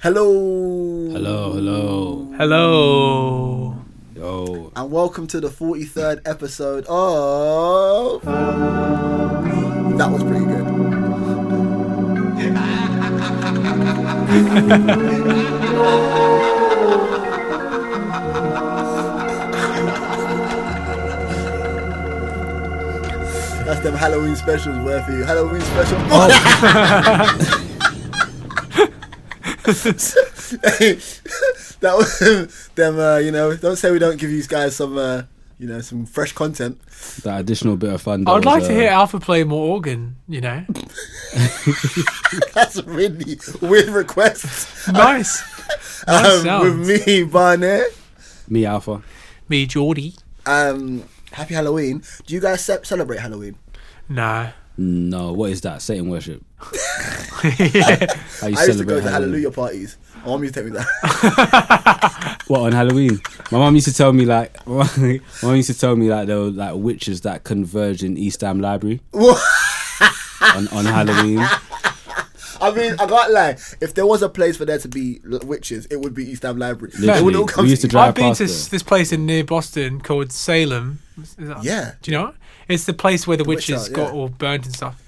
Hello. Hello, hello, Hello. yo. And welcome to the 43rd episode of. That was pretty good. That's them Halloween specials were for you. Halloween special. that was them. Uh, you know, don't say we don't give you guys some, uh, you know, some fresh content. That uh, additional bit of fun. I would like to hear Alpha play more organ, you know. That's a really weird request. Nice. nice Um, sounds. with me, Barnett. me Alpha. Me, Geordie. Um, happy Halloween. Do you guys ce- celebrate Halloween? No. No, what is that? Satan worship. yeah. How you I used to go celebrate to Halloween? hallelujah parties. My mum used to take me there. What on Halloween? My mum used to tell me like, my mum used to tell me like there were like witches that converged in East Ham Library on, on Halloween. I mean, I can't lie. If there was a place for there to be l- witches, it would be East Ham Library. They would Literally, all come we used to you. drive I've been past to it. s- this place in near Boston called Salem. Is that- Yeah. Do you know? it? It's the place where the, witch witches hunt, got yeah. all burnt and stuff.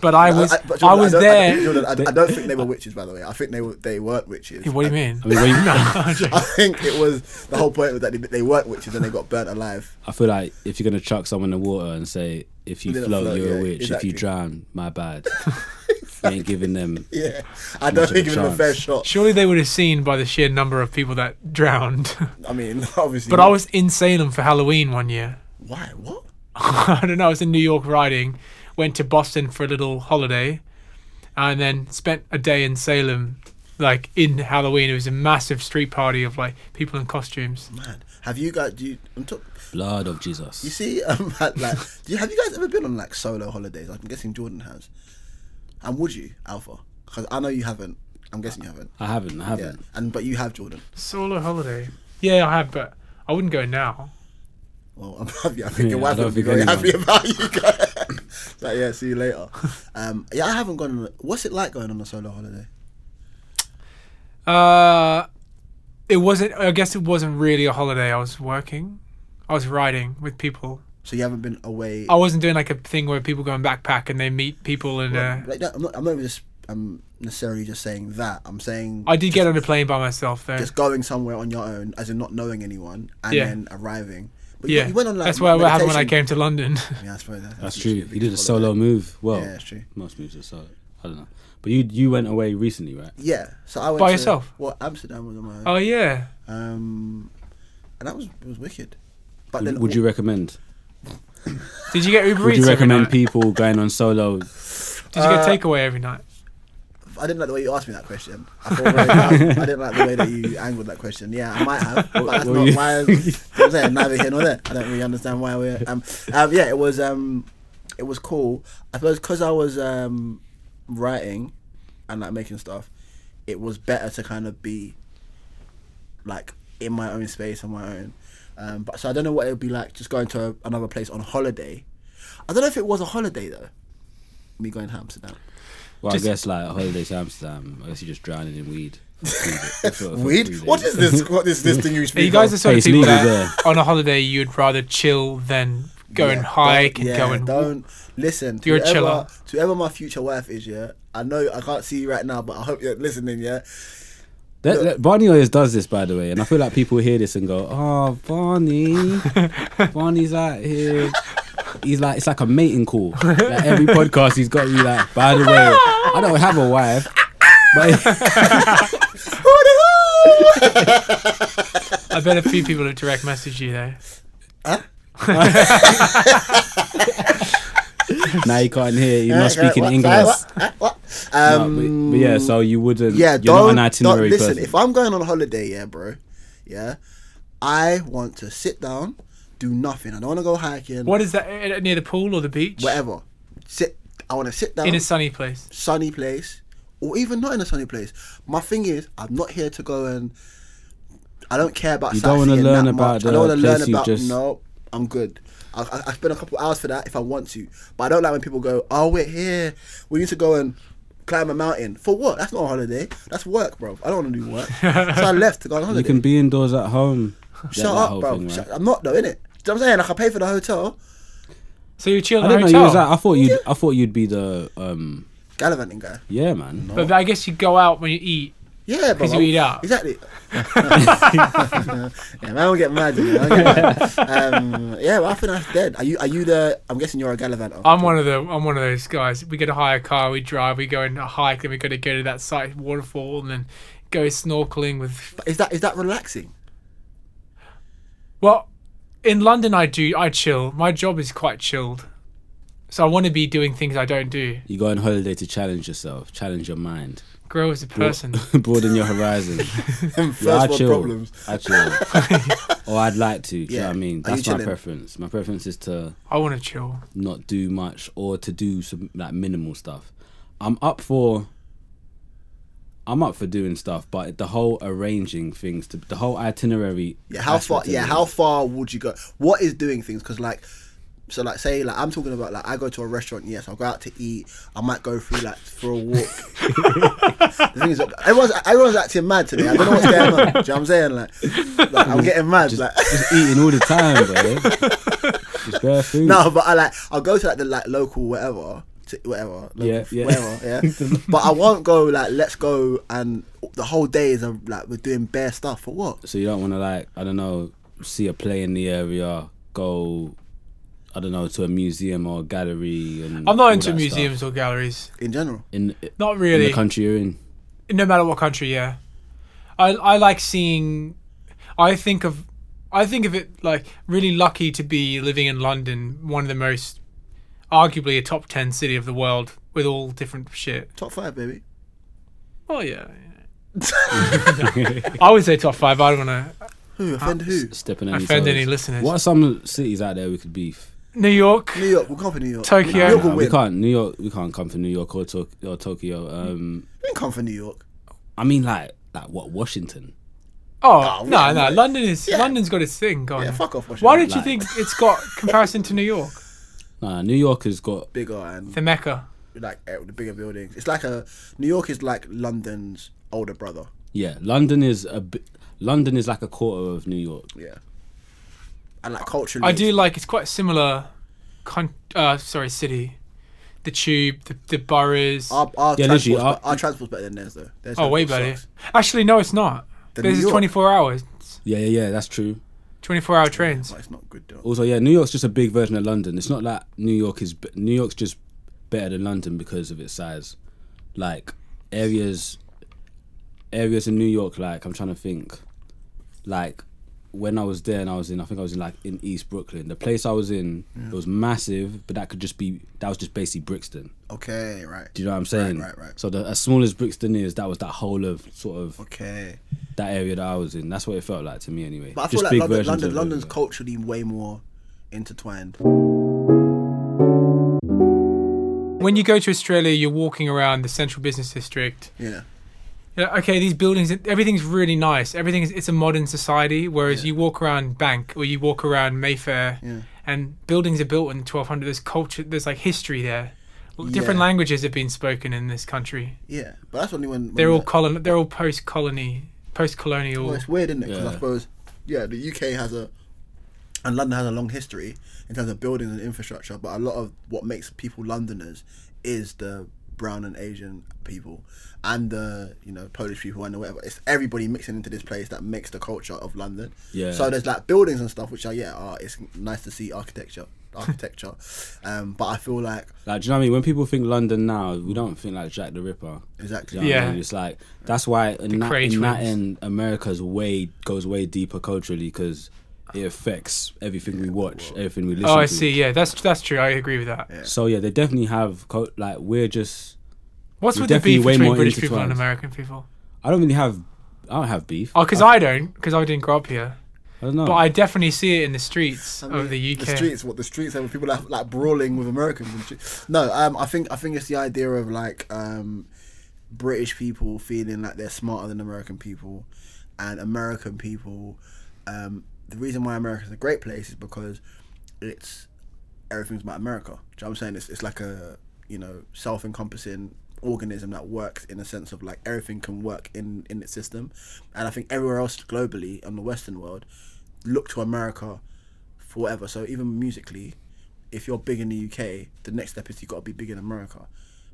But I was I, but Jordan, was don't- there. I, Jordan, I, I don't think they were witches, by the way. I think they were they weren't witches. what do you I- mean? I mean, when you- I think it was the whole point was that they, they weren't witches and they got burnt alive. I feel like if you're gonna chuck someone in the water and say, if you They're not float, float, you're yeah, a witch. exactly. If you drown, my bad. You ain't giving them. Yeah, I don't Much of think a it was a fair chance. shot. Surely they would have seen by the sheer number of people that drowned. I mean, obviously. but I was in Salem for Halloween one year. why? What? I don't know. I was in New York riding, went to Boston for a little holiday, and then spent a day in Salem, like in Halloween. It was a massive street party of like people in costumes. Man, have you guys? Do you? I'm talk, Blood of you Jesus. see, um, like, do you, have you guys ever been on like solo holidays? I'm guessing Jordan has. And would you, Alpha? Because I know you haven't. I'm guessing you haven't. I haven't. I Yeah, haven't. and but you have Jordan. Solo holiday. Yeah, I have, but I wouldn't go now. Well, I'm happy. I think your Yeah, I wife don't would be think very anyone- happy about you guys. like, yeah, see you later. Um, yeah, I haven't gone. On, a- what's it like going on a solo holiday? Uh, it wasn't. I guess it wasn't really a holiday. I was working. I was riding with people. So you haven't been away. I wasn't doing like a thing where people go and backpack and they meet people and. Uh, Like, that- I'm not. I'm not even just. I'm necessarily just saying that. I'm saying I did get on a plane by myself though. just going somewhere on your own, as in not knowing anyone, and Yeah. then arriving. But you- yeah, you went on like that's what happened when I meditation. came to London. Yeah, I suppose that- That's true. literally He did a holiday. solo move. Well, Yeah, that's true. most moves are solo. I don't know. But you you went away recently, right? Yeah, so I went By to- yourself? Well, Amsterdam was on my own. oh yeah. Um, and that was it was wicked. But Would, then would you recommend? Did you get Uber Would Eats you every recommend night? people going on solo? Did you Uh, get takeaway every night? I didn't like the way you asked me that question. I, thought, right, that- I didn't like the way that you angled that question. Yeah, I might have, but that's what not you- why. you know what I'm saying neither here nor there. I don't really understand why we're. Um, um, yeah, it was. Um, it was cool. I suppose because I was um, writing and like making stuff, it was better to kind of be like in my own space on my own. Um, but so I don't know what it would be like just going to a, another place on holiday. I don't know if it was a holiday though. Me going to Amsterdam. Well, Just- I guess like holiday to Amsterdam. I guess you're just drowning in weed. For- for three Weed? days. What is this? What is this thing you speak you guys of? are sort of it's people legal that there. on a holiday you'd rather chill than go and Yeah, hike don't- and yeah, go and don't listen. To You're a whoever- chiller. To whoever my future wife is, yeah. I know I can't see you right now, but I hope you're listening, yeah. That, that- Barney always does this, by the way, and I feel like people hear this and go, "Oh, Barney, Barney's out here." He's like, it's like a mating call. Like every podcast, he's got to be like, "By the way, I don't have a wife." But I bet a few people have direct messaged you though. now you can't hear. You're not Okay, speaking what- English. sorry, what- what? No, Um, but, but yeah, so you wouldn't. yeah. you're not Don't, an itinerary don't listen. person. If I'm going on a holiday, yeah, bro, yeah, I want to sit down, do nothing. I don't want to go hiking, What is that eh, eh, near the pool or the beach? whatever. Sit. I want to sit down In a sunny place. sunny place or even not in a sunny place. My thing is, I'm not here to go and. I don't care about. You don't wanna sightseeing learn that about much. I the don't want to place learn you've about. just- No, I'm good. I, I, I spend a couple hours for that if I want to, but I don't like when people go. Oh, we're here. We need to go and climb a mountain for what? That's not a holiday. That's work, bro. I don't want to do work. so I left to go on holiday. You can be indoors at home. Yeah, Shut that up, whole bro. thing, right? Shut, I'm not though, innit? Do you know what I'm saying? Like I pay for the hotel, So you chill I in the didn't know you was hotel. that. I thought you'd. I thought you'd be the. Um, gallivanting guy. yeah, man. But I guess you go out when you eat. Yeah, bro. 'Cause you I- eat out. Exactly. yeah, man, I don't get mad. You know? I don't get mad. Um, yeah, well, I think that's dead. Are you? Are you the? I'm guessing you're a gallivanter. I'm one of the I'm one of those guys. We get a hire a car, we drive, we go and hike, then we got to go to that site waterfall and then go snorkeling with. But is that is that relaxing? Well, in London I do I chill. My job is quite chilled, so I want to be doing things I don't do. You go on holiday to challenge yourself, challenge your mind, Grow as a person. broaden your horizon. First yeah, I world chill. problems. I chill. or I'd like to. Do you know Yeah. what I Are mean? you That's my chilling? preference. My preference is to I want to chill. not do much or to do some like minimal stuff. I'm up for I'm up for doing stuff, but the whole arranging things to the whole itinerary. Yeah, how far? aspect of Yeah, it. how far would you go? What is doing things? Because like, so like, say like I'm talking about like I go to a restaurant. Yes, I'll go out to eat. I might go through like for a walk. the thing is, like, everyone's everyone's acting mad today. I don't know what's going on. Do you know what I'm saying? Like, like I'm getting mad. like. just eating all the time, bro. just bare food. No, but I like I'll go to like the like local whatever, to, whatever, local, Yeah, yeah. whatever, yeah. but I won't go like let's go and the whole day is um, like we're doing bare stuff for what? So you don't want to like I don't know see a play in the area, go I don't know to a museum or a gallery. And I'm not all into that museums stuff. or galleries. In general, in Not in really. the country you're in. no matter what country yeah i i like seeing i think of i think of it like really lucky to be living in london one of the most arguably a top 10 city of the world with all different shit top five, baby. oh yeah yeah. i would say top five i don't want to Who offend who? Stepping any offend toes. any listeners What are some cities out there we could beef? new york New York, we'll come for New York. Tokyo. New York will Nah, we win. can't. New York. We can't come for New York or, Tok or Tokyo. Um, We can come for New York. I mean, like, like what? Washington. oh Oh, no yeah, no mate. london is Yeah. london's got its thing going Yeah, fuck off. Washington. Um, why did you Like- think it's got comparison to new york Nah, New York has got. bigger and the mecca like eh, the bigger buildings? It's like a New York is like London's older brother. Yeah, London is a. bi- London is like a quarter of New York. Yeah, and like culturally, I do like it's quite similar. Con- uh, sorry, city, the tube, the, the boroughs. Our, our, Yeah, literally, transport's, our- be- our transport's better than theirs though. Theirs oh, way transport better. sucks. Actually, no, it's not. The this New is York. twenty four hours, Yeah, yeah, yeah. That's true. twenty four hour trains. But it's not good though. Also, yeah, New York's just a big version of London. It's not like New York is. b- New York's just better than London because of its size. Like areas, areas in New York. Like I'm trying to think. Like when I was there, and I was in. I think I was in like in East Brooklyn. The place I was in it was massive, but that could just be. That was just basically Brixton. Okay, right. Do you know what I'm saying? right, right. So the, as small as Brixton is, that was that whole of sort of Okay. that area that I was in. That's what it felt like to me, anyway. But I Just feel like big London, versions London of London's everywhere. culturally way more intertwined. When you go to Australia, you're walking around the central business district. Yeah. Yeah, okay, these buildings, everything's really nice. Everything is, it's a modern society. Whereas you walk around Bank or you walk around Mayfair, Yeah. and buildings are built in 1200. There's culture, there's like history there. Different Yeah. languages have been spoken in this country. Yeah. But that's only when, when They're all the- colon. They're all post-colony, post-colonial. well, it's weird, isn't it? Because I Yeah. suppose yeah, the UK has a and London has a long history in terms of buildings and infrastructure, but a lot of what makes people Londoners is the brown and Asian people and the you know Polish people and the whatever. It's everybody mixing into this place that makes the culture of London. Yeah. So there's like buildings and stuff which are yeah, are, it's nice to see architecture, architecture. um, but I feel like Like, do you know what I mean? When people think London now, we don't think like Jack the Ripper. Do exactly. you know what I Yeah. mean? It's like that's why in, that, Cray in that twins. end, America's way goes way deeper culturally because it affects everything we watch, everything we listen Oh, to. I see. Yeah, that's that's true. I agree with that. So yeah, they definitely have cul- like we're just. What's You're with the definitely beef way between more British people and intertwined. American people? I don't really have. I don't have beef. Oh, because I don't, because I didn't grow up here. I don't know. But I definitely see it in the streets I mean, of Oh, the UK. The streets, what the streets have, people are like brawling with Americans. And shit. no, um, I think I think it's the idea of like um, British people feeling like they're smarter than American people, and American people. Um, the reason why America's a great place is because it's everything's about America. Do you know what I'm saying? It's, it's like a you know self-encompassing organism that works in a sense of like everything can work in in its system, and I think everywhere else globally on the Western world, look to America, for whatever. So even musically, if you're big in the UK, the next step is you got to be big in America.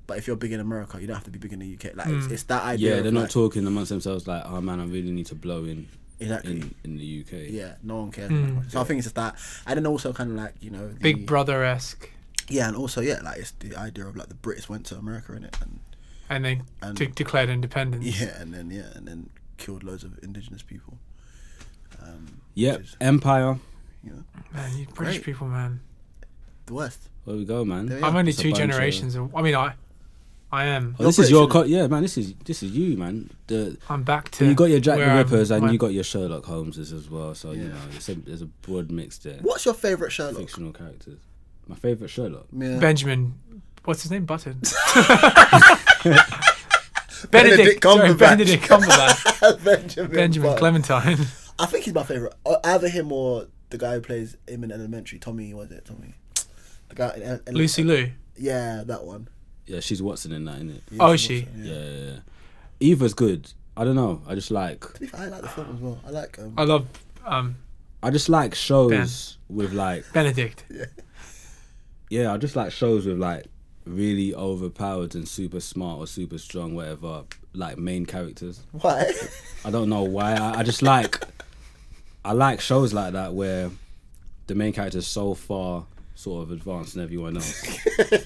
But if you're big in America, you don't have to be big in the UK. Like it's, it's that idea. Mm. Yeah, of, they're not like- talking amongst themselves like, oh man, I really need to blow in exactly. in, Mm. in the UK. Yeah, no one cares. So I think it's just that, and then also kind of like you know, the, Big Brother esque, Yeah, and also yeah, like it's the idea of like the Brits went to America in it, and and then And- de- declared independence. yeah, and then yeah, and then killed loads of indigenous people. Um, Yep. which is, Empire. you know, Man, you British Great. people, man. the West. Where we go, man. There Oh, you Yeah, I'm only it's a two bunch of- generations. Of, I mean, I, I am. You're this is your British, co- yeah, man. This is this is you, man. The I'm back to. you got your Jack the where I'm- Rippers and my- you got your Sherlock Holmeses as well. So you Yeah. know, it's a, there's a broad mix there. What's your favorite Sherlock? Fictional characters. My favorite Sherlock. Yeah. Benjamin. What's his name? Button. Benedict Benedict. Sorry, Cumberbatch. Benedict Cumberbatch. Benjamin. Benjamin Button. Clementine. I think he's my favorite. Uh, Either him or the guy who plays him in Elementary. Tommy, was it Tommy? The guy in Ele- Lucy Lou. Yeah, that one. Yeah, she's Watson in that, isn't it? Oh, is she? Yeah. Yeah. yeah, yeah. Eva's good. I don't know. I just like To be fair, I like the film as well. I like. Um, I love um, I just like shows with like Benedict. yeah, I just like shows with like really overpowered and super smart or super strong, whatever, like main characters. why? I don't know why. I, I just like I like shows like that where the main character is so far sort of advanced than everyone else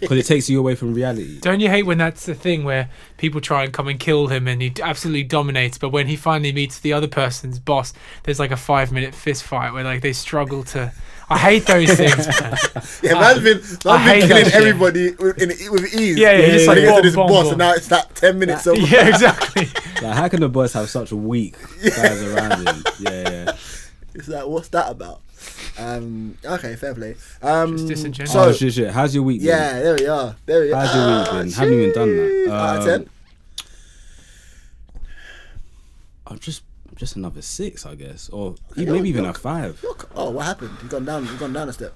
because it takes you away from reality. Don't you hate when that's the thing where people try and come and kill him and he d- absolutely dominates, but when he finally meets the other person's boss, there's like a five minute fist fight where like they struggle to. I hate those things. man. yeah, man's been, man's I been hate that killing shit. everybody with, in, with ease. Yeah, yeah, And then just like he gets to bomb, this bomb, boss, bomb. and now it's that ten minutes of yeah, exactly. Like, how can the boss have such weak guys around him? Yeah, yeah. It's like, what's that about? Um, okay, fair play. Um, Just disingenuous. oh So, shit, shit. How's your week? been? yeah, there we are. There we are. How's your week been? Haven't even done that. jeez. Out of Um, 10? I'm just I'm just another six, I guess, or e- maybe even a five. Look, oh, what happened? You've gone down. You've gone down a step.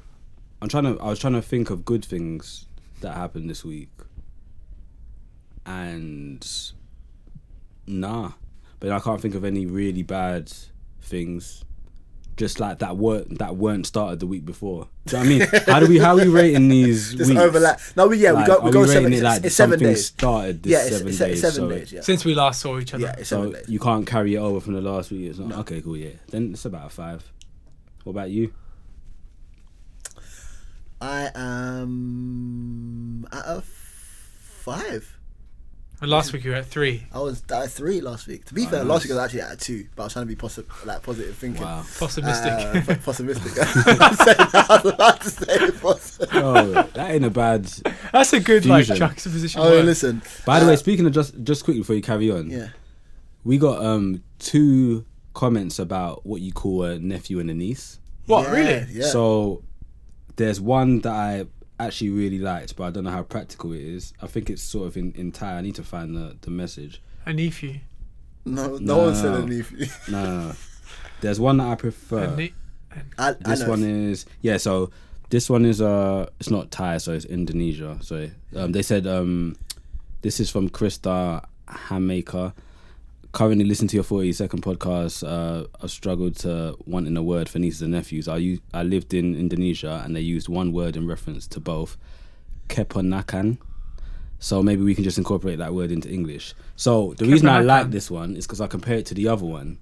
I'm trying to. I was trying to think of good things that happened this week, and nah, but I can't think of any really bad things. Just like that weren't that weren't started the week before. Do you know what I mean? how do we how are we rating these? Just weeks? overlap. No, we yeah, Like, we go are we go rating seven. it It's, like it's seven something days. Started this Yeah, it's, seven it's, days. it's seven so days. Yeah, Since we last saw each other. yeah, it's seven So days. you can't carry it over from the last week. It's not okay. Cool. Yeah. Then it's about a five. What about you? I am at a five. And last week you were at three. I was at a three last week. To Oh, be fair, last week I was actually at a two, but I was trying to be positive, like positive thinking. Wow. Possimistic. Uh, po- pessimistic. I'm saying that. I was about to say positive. oh, that ain't a bad. That's a good like Fusion. juxtaposition. Oh, word. listen. By the Uh, way, speaking of just just quickly before you carry on, yeah. we got um two comments about what you call a nephew and a niece. What Yeah, really? Yeah. So there's one that I actually really liked, but I don't know how practical it is. I think it's sort of in, in Thai. I need to find the, the message. A nephew. no, no, one said No. anything. No, no, no. Uh, There's one that I prefer. Uh, A ne- I, I This know. one is yeah. So this one is uh, it's not Thai, so it's Indonesia. Sorry, um, they said um, this is from Krista Hamaker. Currently listening to your forty-second podcast. Uh, I've struggled to wanting a word for nieces and nephews. I u- I lived in Indonesia and they used one word in reference to both, keponakan. So maybe we can just incorporate that word into English. So the reason I like Keponakan. this one is because I compare it to the other one.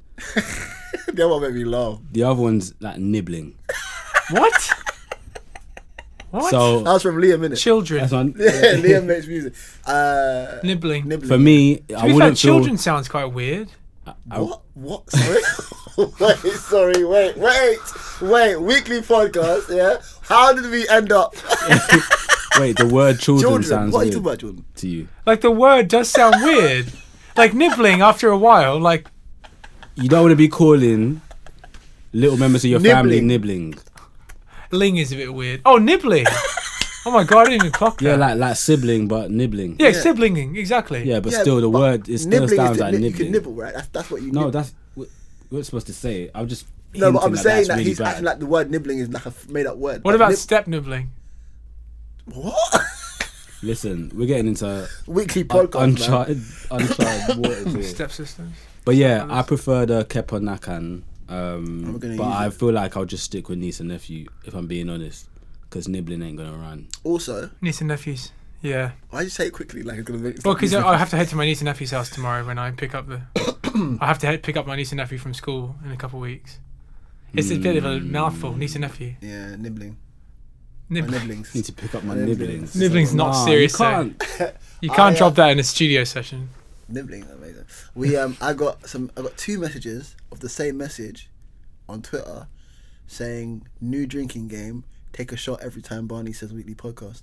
that one made me laugh. The other one's like nibbling. what? What? So That was from Liam, innit? children that's one. Yeah, Liam makes music. Uh, nibbling. nibbling. For me, I To be fair, wouldn't feel. children sounds quite weird. What? What? Sorry. wait. Sorry. Wait. Wait. Wait. Weekly podcast. Yeah. How did we end up? Wait, the word children, Children. sounds What are you weird talking about, Jordan? to you. Like the word does sound weird. Like nibbling after a while, like You don't want to be calling little members of your family nibbling. ling is a bit weird. Oh, nibbling. oh my god, I didn't even clock that. Yeah, like like sibling, but nibbling. yeah, siblinging, exactly. Yeah, but Yeah, still, the but word it still nibbling sounds to like nib- You nibbling. can nibble, right? That's, that's what you. No, nibble. that's we- we're supposed to say. It. I'm just No, but I'm hinting saying that's that really he's bad. acting like the word nibbling is like a made up word. What Like, about nib- step nibbling? what? Listen, we're getting into Weekly un- podcast. man. uncharted, uncharted waters. here. Step systems. But yeah, I prefer the Kepa Nakan. Um, We're gonna but use I it. feel like I'll just stick with niece and nephew if I'm being honest, because nibbling ain't gonna run. Also, Niece and nephews. Yeah. why did you say it quickly? Like it's gonna make. Well, because I I have to head to my niece and nephew's house tomorrow when I pick up the. I have to head, pick up my niece and nephew from school in a couple of weeks. It's a bit of a mouthful, niece and nephew. yeah, nibbling. My Nib- Need nibblings. to pick up my Nibbling. nibblings. Nibbling's not Nah, serious, You though. can't. you can't I, drop that in a studio session. nibbling. Amazing. We um, I got some. I got two messages of the same message on Twitter saying new drinking game. Take a shot every time Barney says weekly podcast.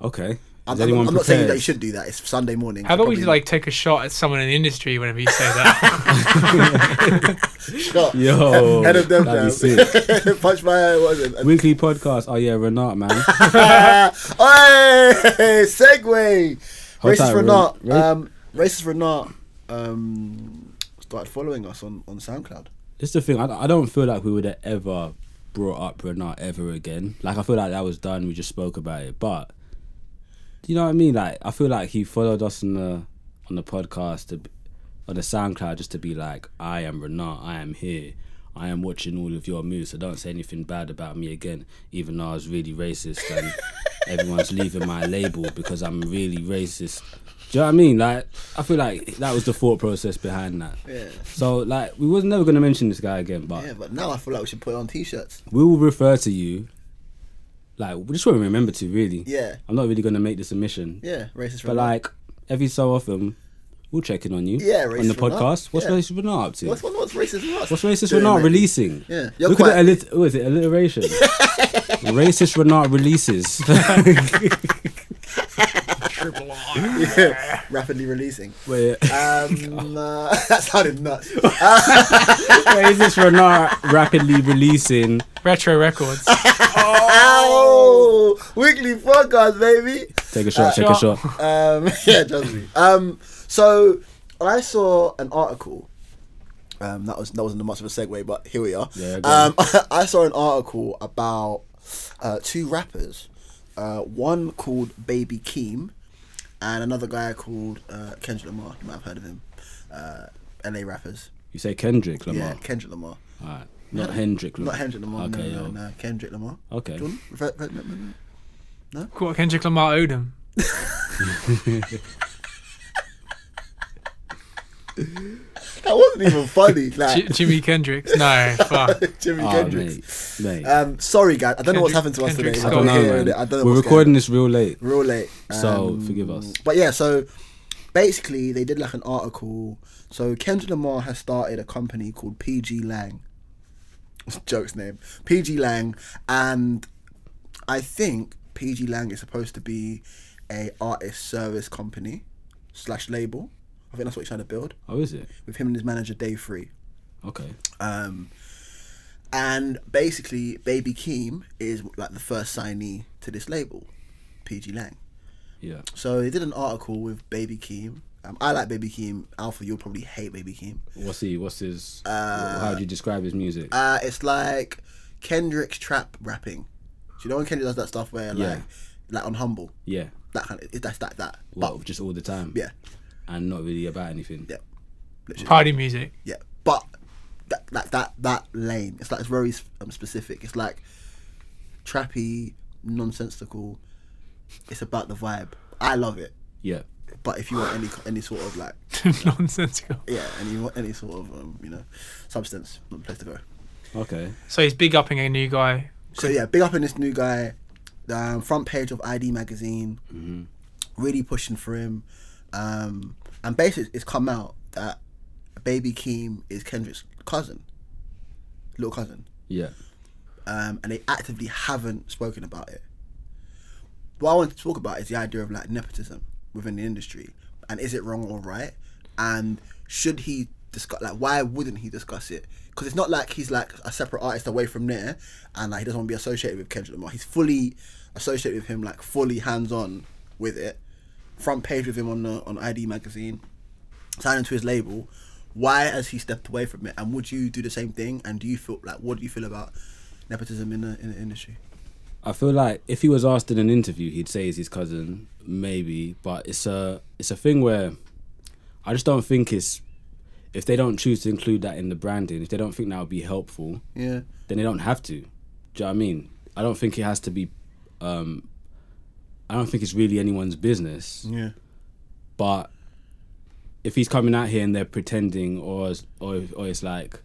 Okay. Is I'm, I'm, anyone I'm not saying that you prepared? should do that. It's Sunday morning. How so about we probably- like take a shot at someone in the industry whenever you say that? shot? Yo, head of them that'd be down. Punch my eye. Was it? Weekly podcast. Oh yeah, Renat man. hey, segue. Hold racist tight, for Ren- not. Ren- Um, racist for not. Um, started following us on on SoundCloud. This is the thing. I, I don't feel like we would have ever brought up Renat ever again. Like I feel like that was done. We just spoke about it, but do you know what I mean? Like I feel like he followed us on the on the podcast to, b- on the SoundCloud just to be like, I am Renat. I am here. I am watching all of your moves, so don't say anything bad about me again, even though I was really racist and everyone's leaving my label because I'm really racist. Do you know what I mean? Like, I feel like that was the thought process behind that. Yeah. So like we was never gonna mention this guy again, but Yeah, but now I feel like we should put it on t-shirts. we will refer to you. Like we just want to remember to really. Yeah. I'm not really gonna make this a mission, Yeah, racist for but not. like every so often, we'll check in on you. Yeah, on the racist or not. podcast. What's Yeah. racist we're not up to? What's, What's, what, what's racist for us? racist doing, we're not mate? releasing? Yeah, you're Look quite- at the allit- oh, is it alliteration? racist we're not releases. Triple R. Yeah, rapidly releasing. Wait, Um, uh, that sounded nuts. racist we're not rapidly releasing. Retro Records. Ow! Weekly podcast, baby. Take a shot. Uh, take a shot. shot. Um, yeah, trust me. Um, so I saw an article. Um, that was that wasn't much of a segue, but here we are. Yeah, go um, I saw an article about uh, two rappers, uh, one called Baby Keem, and another guy called uh, Kendrick Lamar. You might have heard of him. Uh, LA rappers. You say Kendrick Lamar. Yeah, Kendrick Lamar. Alright. Not Hendrick Lamar. Not Kendrick Lamar. Okay, no, yo. no, no, Kendrick Lamar. Okay. Jordan? Re- re- re- re- What Kendrick Lamar Odom. That wasn't even funny. Like J- Jimmy Kendricks. No, fuck. Jimmy Ah, Kendrick. mate, mate. Um, sorry, guys. I don't know what's happened Kendrick- to us today. Kendrick's I Uh, I don't don't gone. know, hear man. it. I don't know We're what's going recording this real late, on. We're all late. so Um, forgive us. But yeah, so basically, they did like an article. So Kendrick Lamar has started a company called PG Lang. Joke's name. PG Lang, and I think PG Lang is supposed to be a artist service company slash label. I think that's what he's trying to build Oh, is it? with him and his manager Dave Free. Okay. Um, and basically, Baby Keem is like the first signee to this label, PG Lang. Yeah. So they did an article with Baby Keem. Um, I like Baby Keem. Alpha, you'll probably hate Baby Keem. What's he? What's his? how do you describe his music? Uh, it's like Kendrick's trap rapping. Do you know when Kendrick does that stuff where Yeah. like, like on Humble, yeah. that kind of it- that's that that. Well, just all the time. But yeah, And not really about anything. yeah, Party music. yeah. But that that that that lane. It's like it's very s- um, specific. It's like trappy, nonsensical. It's about the vibe. I love it. Yeah. But if you want any any sort of like Nonsensical. yeah, any any sort of um, you know substance, not the place to go. Okay. So he's big upping a new guy. So yeah, big up in this new guy. Um, front page of ID magazine, really pushing for him. Um, and basically, it's come out that Baby Keem is Kendrick's cousin, little cousin, Yeah. um, and they actively haven't spoken about it. What I want to talk about is the idea of like nepotism within the industry, and is it wrong or right? And should he discuss like why wouldn't he discuss it? Because it's not like he's like a separate artist away from there, and like he doesn't want to be associated with Kendrick Lamar. He's fully associated with him, like fully hands on with it. Front page with him on the on ID magazine, signing to his label. Why has he stepped away from it? And would you do the same thing? And do you feel like what do you feel about nepotism in the in the industry? I feel like if he was asked in an interview, he'd say he's his cousin, maybe. But it's a it's a thing where I just don't think it's if they don't choose to include that in the branding, if they don't think that would be helpful, Yeah. then they don't have to. Do you know what I mean? I don't think it has to be. Um, I don't think it's really anyone's business. Yeah. But if he's coming out here and they're pretending, or it's- or if- or it's like,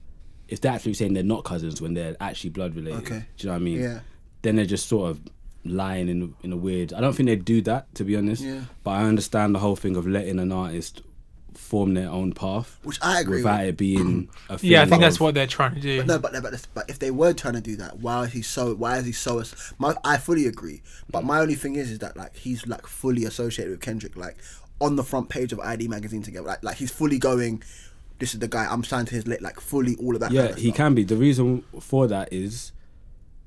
if they're actually saying they're not cousins when they're actually blood related, Okay. do you know what I mean? Yeah. Then they're just sort of lying in in a weird. I don't think they do that to be honest. Yeah. But I understand the whole thing of letting an artist form their own path Which I agree without with. it being a thing Yeah, I think that's of- what they're trying to do. No, but no, but, this- but if they were trying to do that, why is he so? Why is he so? as- My, I fully agree. But my only thing is, is that like he's like fully associated with Kendrick, like on the front page of ID magazine together. Like, like he's fully going. This is the guy I'm signed to his lit. Like fully all of that. Yeah, kind of he stuff. can be. The reason for that is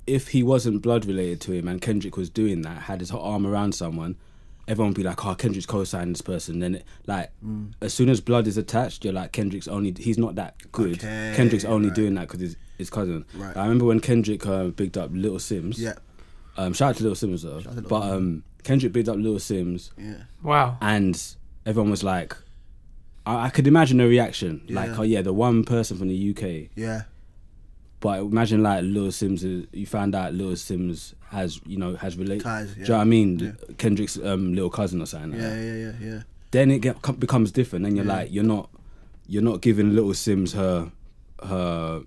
if he wasn't blood related to him and Kendrick was doing that, had his arm around someone, everyone would be like, oh, Kendrick's co signing this person. Then, it, like, Mm. as soon as blood is attached, you're like, Kendrick's only, he's not that good. Okay, Kendrick's only right. doing that because his, his cousin. Right. I remember when Kendrick uh, bigged up Little Sims. Yeah, Um, shout out to Little Sims, though. out to Lil But um, Kendrick bigged up Little Sims yeah, Wow. and everyone was like, I, I could imagine a reaction. Like, Yeah. oh, yeah, the one person from the UK. yeah, But imagine like Lil Sims, is, you found out Lil Sims has you know has related. Ties, Do yeah. you know what I mean? Kendrick's um, little cousin or something. Like yeah, that. yeah, yeah, yeah. Then it get, com- becomes different. Then you're like you're not you're not giving Little Sims her her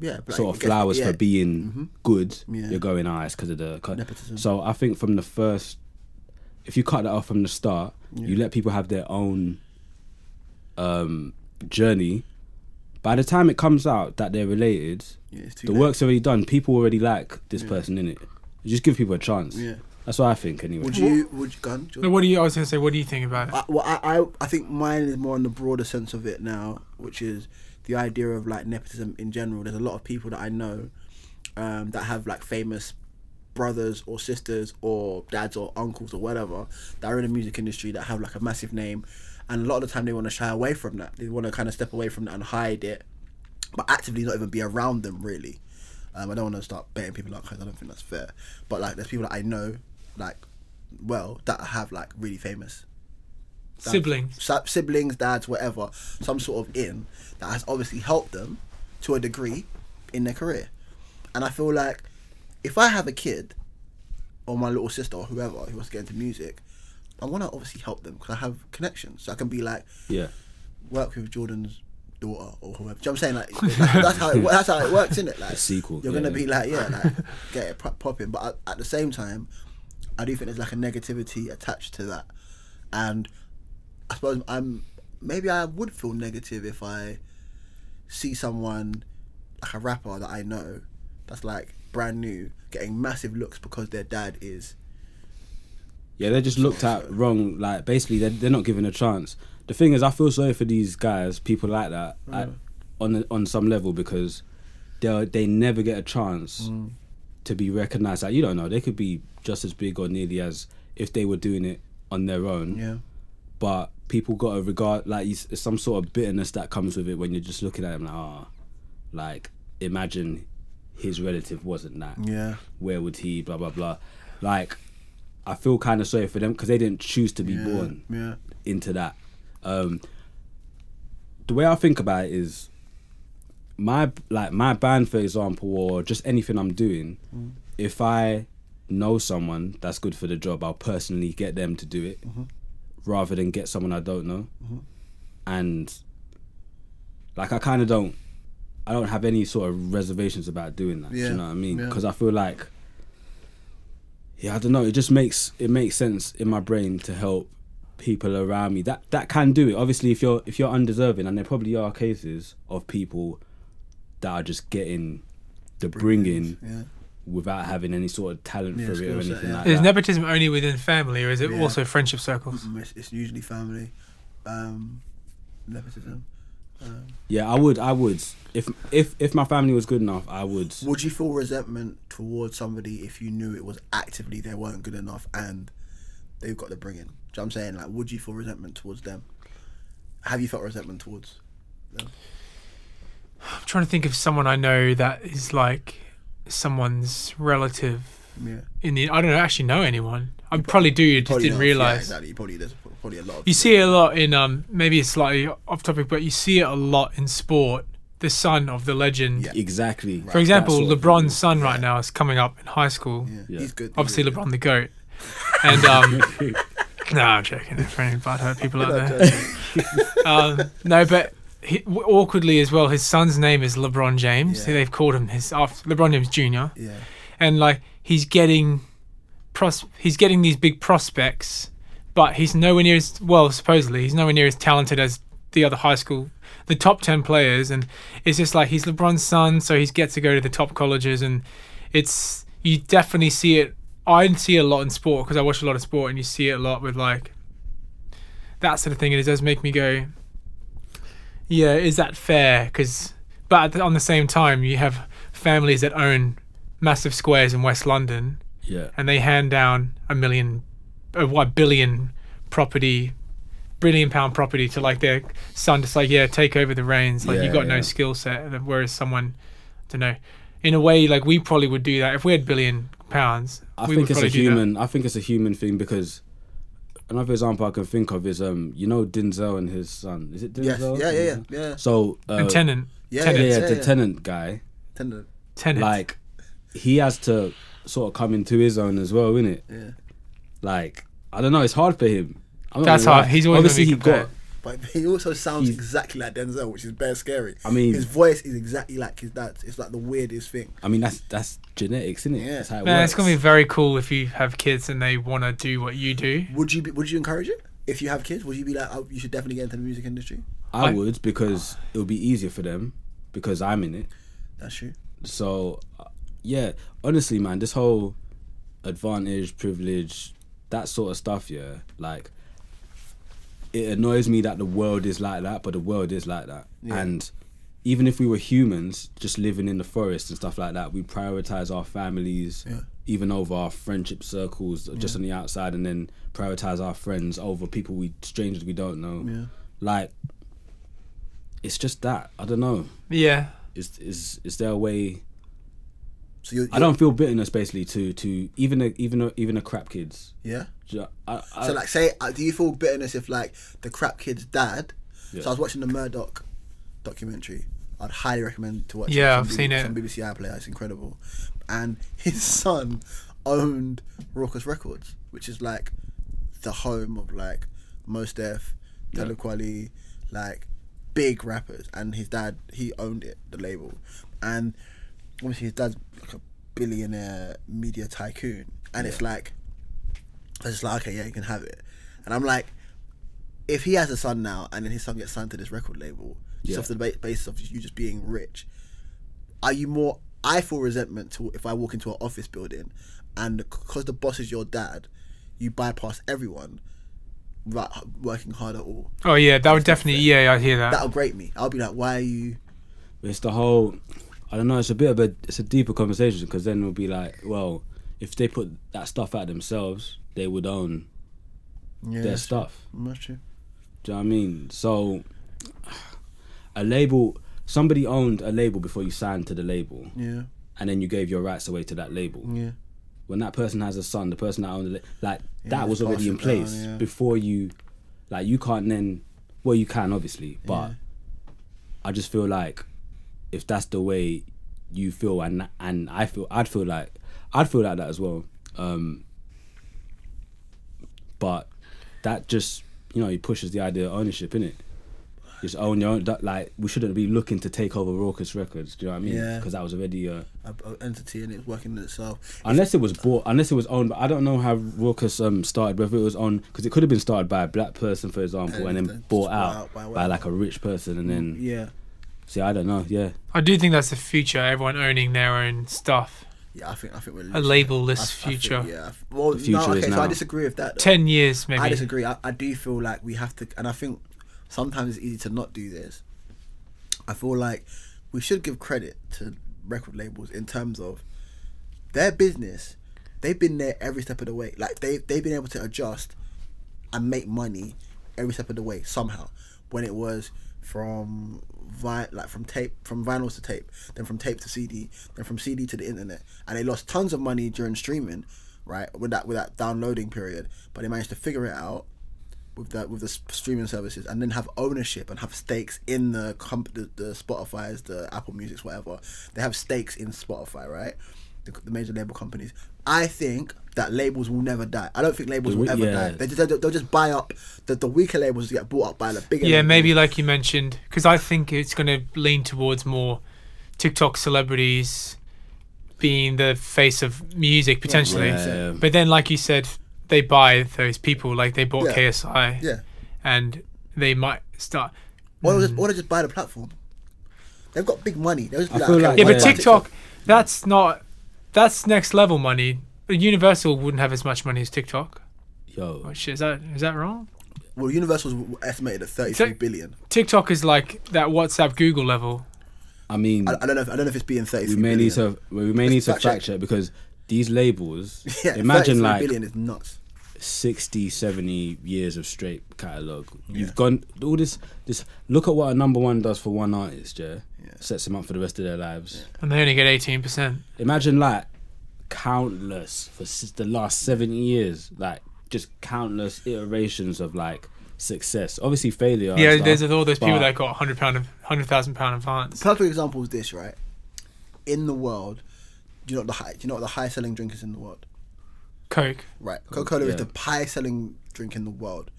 yeah but, like, sort it of gets- flowers yeah. Mm-hmm. for being good. Yeah. You're going ah, it's because of the cut. Nepotism. So I think from the first, if you cut that off from the start, you let people have their own um, journey. By the time it comes out that they're related, Yeah, it's too the late. work's already done. People already like this person in it. Just give people a chance. Yeah. That's what I think anyway. Would you? Would you? Gun? No, what do you? I was gonna say, what do you think about it? I, well, I, I, I think mine is more on the broader sense of it now, which is the idea of like nepotism in general. There's a lot of people that I know um, that have like famous brothers or sisters or dads or uncles or whatever that are in the music industry that have like a massive name, and a lot of the time they want to shy away from that. They want to kind of step away from that and hide it, but actively not even be around them really. Um, I don't want to start betting people up because I don't think that's fair. But like, there's people that I know, like, well, that have like really famous Siblings. si- siblings, dads, whatever, some sort of in that has obviously helped them to a degree in their career. And I feel like if I have a kid or my little sister or whoever who wants to get into music, I want to obviously help them because I have connections. So I can be like, Yeah. work with Jordan's daughter or whoever. Do you know what I'm saying? Like that's, that's how it, wo- that's how it works, isn't it? Like sequel, You're yeah, gonna be yeah. like, yeah, like get it pop- popping. But at, at the same time, I do think there's like a negativity attached to that, and I suppose I'm maybe I would feel negative if I see someone like a rapper that I know that's like brand new getting massive looks because their dad is Yeah, they're just looked at wrong. Like basically, they're, they're not given a chance. The thing is, I feel sorry for these guys, people like that, Mm. at, on the- on some level because they are they never get a chance Mm. to be recognised. Like you don't know, they could be just as big or nearly as if they were doing it on their own. yeah But people got to regard like it's it's some sort of bitterness that comes with it when you're just looking at them like ah, like imagine his relative wasn't that yeah where would he blah blah blah like i feel kind of sorry for them because they didn't choose to be born yeah into that um the way i think about it is my like my band for example or just anything i'm doing Mm. if i know someone that's good for the job i'll personally get them to do it Mm-hmm. rather than get someone i don't know and like i kind of don't i don't have any sort of reservations about doing that do Yeah, you know what i mean yeah. because i feel like yeah i don't know it just makes it makes sense in my brain to help people around me that that can do it obviously if you're if you're undeserving and there probably are cases of people that are just getting the bringing yeah without having any sort of talent Yeah, for it or skill set, anything yeah. like Is that nepotism only within family, or is it Yeah. also friendship circles? Mm, It's, it's usually family, um, nepotism. Um, yeah i would i would if if if my family was good enough i would would you feel resentment towards somebody if you knew it was actively they weren't good enough and they've got the bringing? Do you know what I'm saying? Like, would you feel resentment towards them? Have you felt resentment towards? I'm trying to think of someone I know that is like someone's relative Yeah. in the I don't actually know anyone. I probably do. You just Probably didn't not. Yeah, realize. exactly. Probably there's probably a lot. Of You see it a lot in um maybe it's slightly off topic, but you see it a lot in sport. The son of the legend. Yeah. Exactly. For example, That sort of LeBron's son right now is coming up in high school. yeah. Yeah. He's good. he's Obviously, good. LeBron the goat. And um, no, I'm joking. For any butthurt people out there. um, no, but he, w- awkwardly as well, his son's name is LeBron James. Yeah. They've called him his after LeBron James Jr. Yeah. And like he's getting, pros- he's getting these big prospects, but he's nowhere near as well. Supposedly, he's nowhere near as talented as the other high school, the top ten players. And it's just like he's LeBron's son, so he gets to go to the top colleges, and it's you definitely see it. I see it a lot in sport because I watch a lot of sport, and you see it a lot with like that sort of thing, and it does make me go, yeah, is that fair? Because, but at the- on the same time, you have families that own massive squares in West London, Yeah. and they hand down a million, a what billion property, billion pound property to like their son, just like yeah, take over the reins. Like you Yeah, got no yeah. skill set, and whereas someone, I don't know, in a way like we probably would do that if we had billion pounds. I we think it's would a probably do that. human. I think it's a human thing because another example I can think of is um you know Denzel and his son. Is it Yes. Denzel? Yeah. Yeah. Yeah. Yeah. So uh, And tenant, Yeah, Yeah, tenant, yeah, the yeah. tenant guy. Tender. tenant. Like he has to sort of come into his own as well, innit? Yeah. Like I don't know. It's hard for him. I'm not That's gonna hard. lie. He's always gonna obviously be he got. compared. But he also sounds He's- exactly like Denzel, which is bare scary. I mean- his voice is exactly like his dad's. It's like the weirdest thing. I mean that's that's genetics, innit? Yeah. That's how it Man, works. it's gonna be very cool if you have kids and they want to do what you do. Would you be, would you encourage it if you have kids? Would you be like, oh, you should definitely get into the music industry? I I- would because it would be easier for them because I'm in it. That's true. So, uh, yeah, honestly, man, this whole advantage, privilege, that sort of stuff, yeah, like it annoys me that the world is like that, but the world is like that. Yeah. And even if we were humans, just living in the forest and stuff like that, we prioritize our families, Yeah. even over our friendship circles, just on the outside, and then prioritize our friends over people we strangers we don't know. Yeah. Like, it's just that I don't know. Yeah, Is is is there a way? So you, I don't feel bitterness basically to to even a, even a, even a crap kids. Yeah. Ju- I, I, So like, say, uh, do you feel bitterness if like the crap kid's dad? Yeah. So I was watching the Murdoch documentary. I'd highly recommend to watch. Yeah, it. I've seen it. from BBC iPlayer. It's incredible. And his son owned Raucous Records, which is like the home of like Most Def, Yeah. Talib Kweli, like big rappers. And his dad, he owned it, the label. And obviously his dad's like a billionaire media tycoon. And it's like I was just like, okay, yeah, you can have it. And I'm like, if he has a son now, and then his son gets signed to this record label, just Yeah. off the ba- basis of you just being rich, are you more? I feel resentment to if I walk into an office building, and because the boss is your dad, you bypass everyone, without working hard at all. Oh yeah, that would definitely. Yeah, I hear that. That'll grate me. I'll be like, why are you? it's the whole. I don't know. It's a bit of a it's a deeper conversation because then we'll be like, well, if they put that stuff out themselves, they would own Yeah, their that's, stuff. that's true. Do you know what I mean? So, a label. Somebody owned a label before you signed to the label, Yeah, and then you gave your rights away to that label. yeah, when that person has a son, the person that owned the li- like that just was pass already in it down, place yeah. before you, like you can't then, well you can obviously, but I just feel like if that's the way you feel and and I feel I'd feel like I'd feel like that as well, um, but that just you know it pushes the idea of ownership in it. Just own your own. That, like we shouldn't be looking to take over Raucous Records. Do you know what I mean? Yeah. Because that was already a a, a entity and it's working in itself. Unless it was bought, unless it was owned, but I don't know how Raucous um started. Whether it was on because it could have been started by a black person, for example, and, And then then bought just out, bought by, out by- Mm, like a rich person, and then Yeah, see, I don't know, yeah, I do think that's the future. Everyone owning their own stuff. yeah. I think I think we're A losing- I- I labelless think- future. yeah. Well, The future no, is okay. So now. I disagree with that. though. Ten years maybe. I disagree. I, I do feel like we have to, and I think sometimes it's easy to not do this. I feel like we should give credit to record labels in terms of their business. They've been there every step of the way. Like they they've been able to adjust and make money every step of the way somehow. When it was from vi- like from tape from vinyls to tape, then from tape to CD, then from CD to the internet, and they lost tons of money during streaming, right? With that with that downloading period, but they managed to figure it out with the with the s- streaming services, and then have ownership and have stakes in the comp- the, the Spotify's, the Apple Music's, whatever. They have stakes in Spotify, right? The, the major label companies. I think that labels will never die. I don't think labels will They ever would- die. yeah. They just, they'll, they'll just buy up the, the weaker labels get bought up by the bigger. Yeah, labels. maybe like you mentioned, because I think it's going to lean towards more TikTok celebrities being the face of music potentially. Yeah. But then, like you said, they buy those people, like they bought Yeah. KSI, Yeah. and they might start. Why don't just why don't just buy the platform? They've got big money. They'll just be I like, feel okay, like- we'll Yeah, Yeah, but buy TikTok, that's not, that's next level money. Universal wouldn't have as much money as TikTok. Yo, Oh, shit, is that is that wrong? Well, Universal's w- estimated at thirty three Tech- billion. TikTok is like that WhatsApp Google level. I mean, I, I don't know. If, I don't know if it's being thirty we three. may need to we may need to fact check. fact check because these labels. Yeah, imagine 33 like billion is nuts. 60 70 years of straight catalog you've gone all this this look at what a number one does for one artist yeah, sets them up for the rest of their lives And they only get eighteen percent. imagine like countless for s- the last 70 years like just countless iterations of like success obviously failure and Yeah, stuff, there's all those people but- that got hundred pound, hundred thousand pound advance. Perfect example is this, right? In the world, do you know what the high, do you know what the highest selling drink is in the world? Coke. Right, Coca Cola is yeah. the highest selling drink in the world.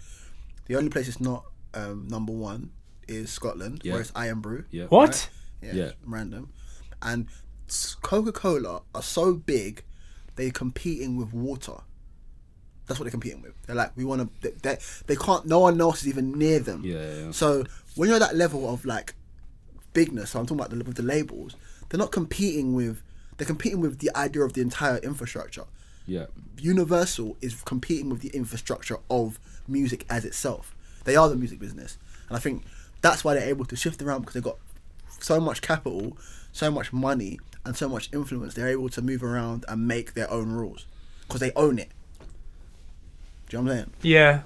The only place it's not um, number one is Scotland, Yeah. where it's Iron Brew. yeah What? Yeah, Yeah. it's random. And Coca Cola are so big, they're competing with water. That's what they're competing with. They're like, we want to. They, they, they can't. No one else is even near them. Yeah, yeah, yeah. So when you're at that level of like bigness, so I'm talking about the, with the labels. They're not competing with. They're competing with the idea of the entire infrastructure. yeah Universal is competing with the infrastructure of music as itself. They are the music business, and I think that's why they're able to shift around because they've got so much capital, so much money, and so much influence. They're able to move around and make their own rules because they own it. Do you know what I'm saying? Yeah.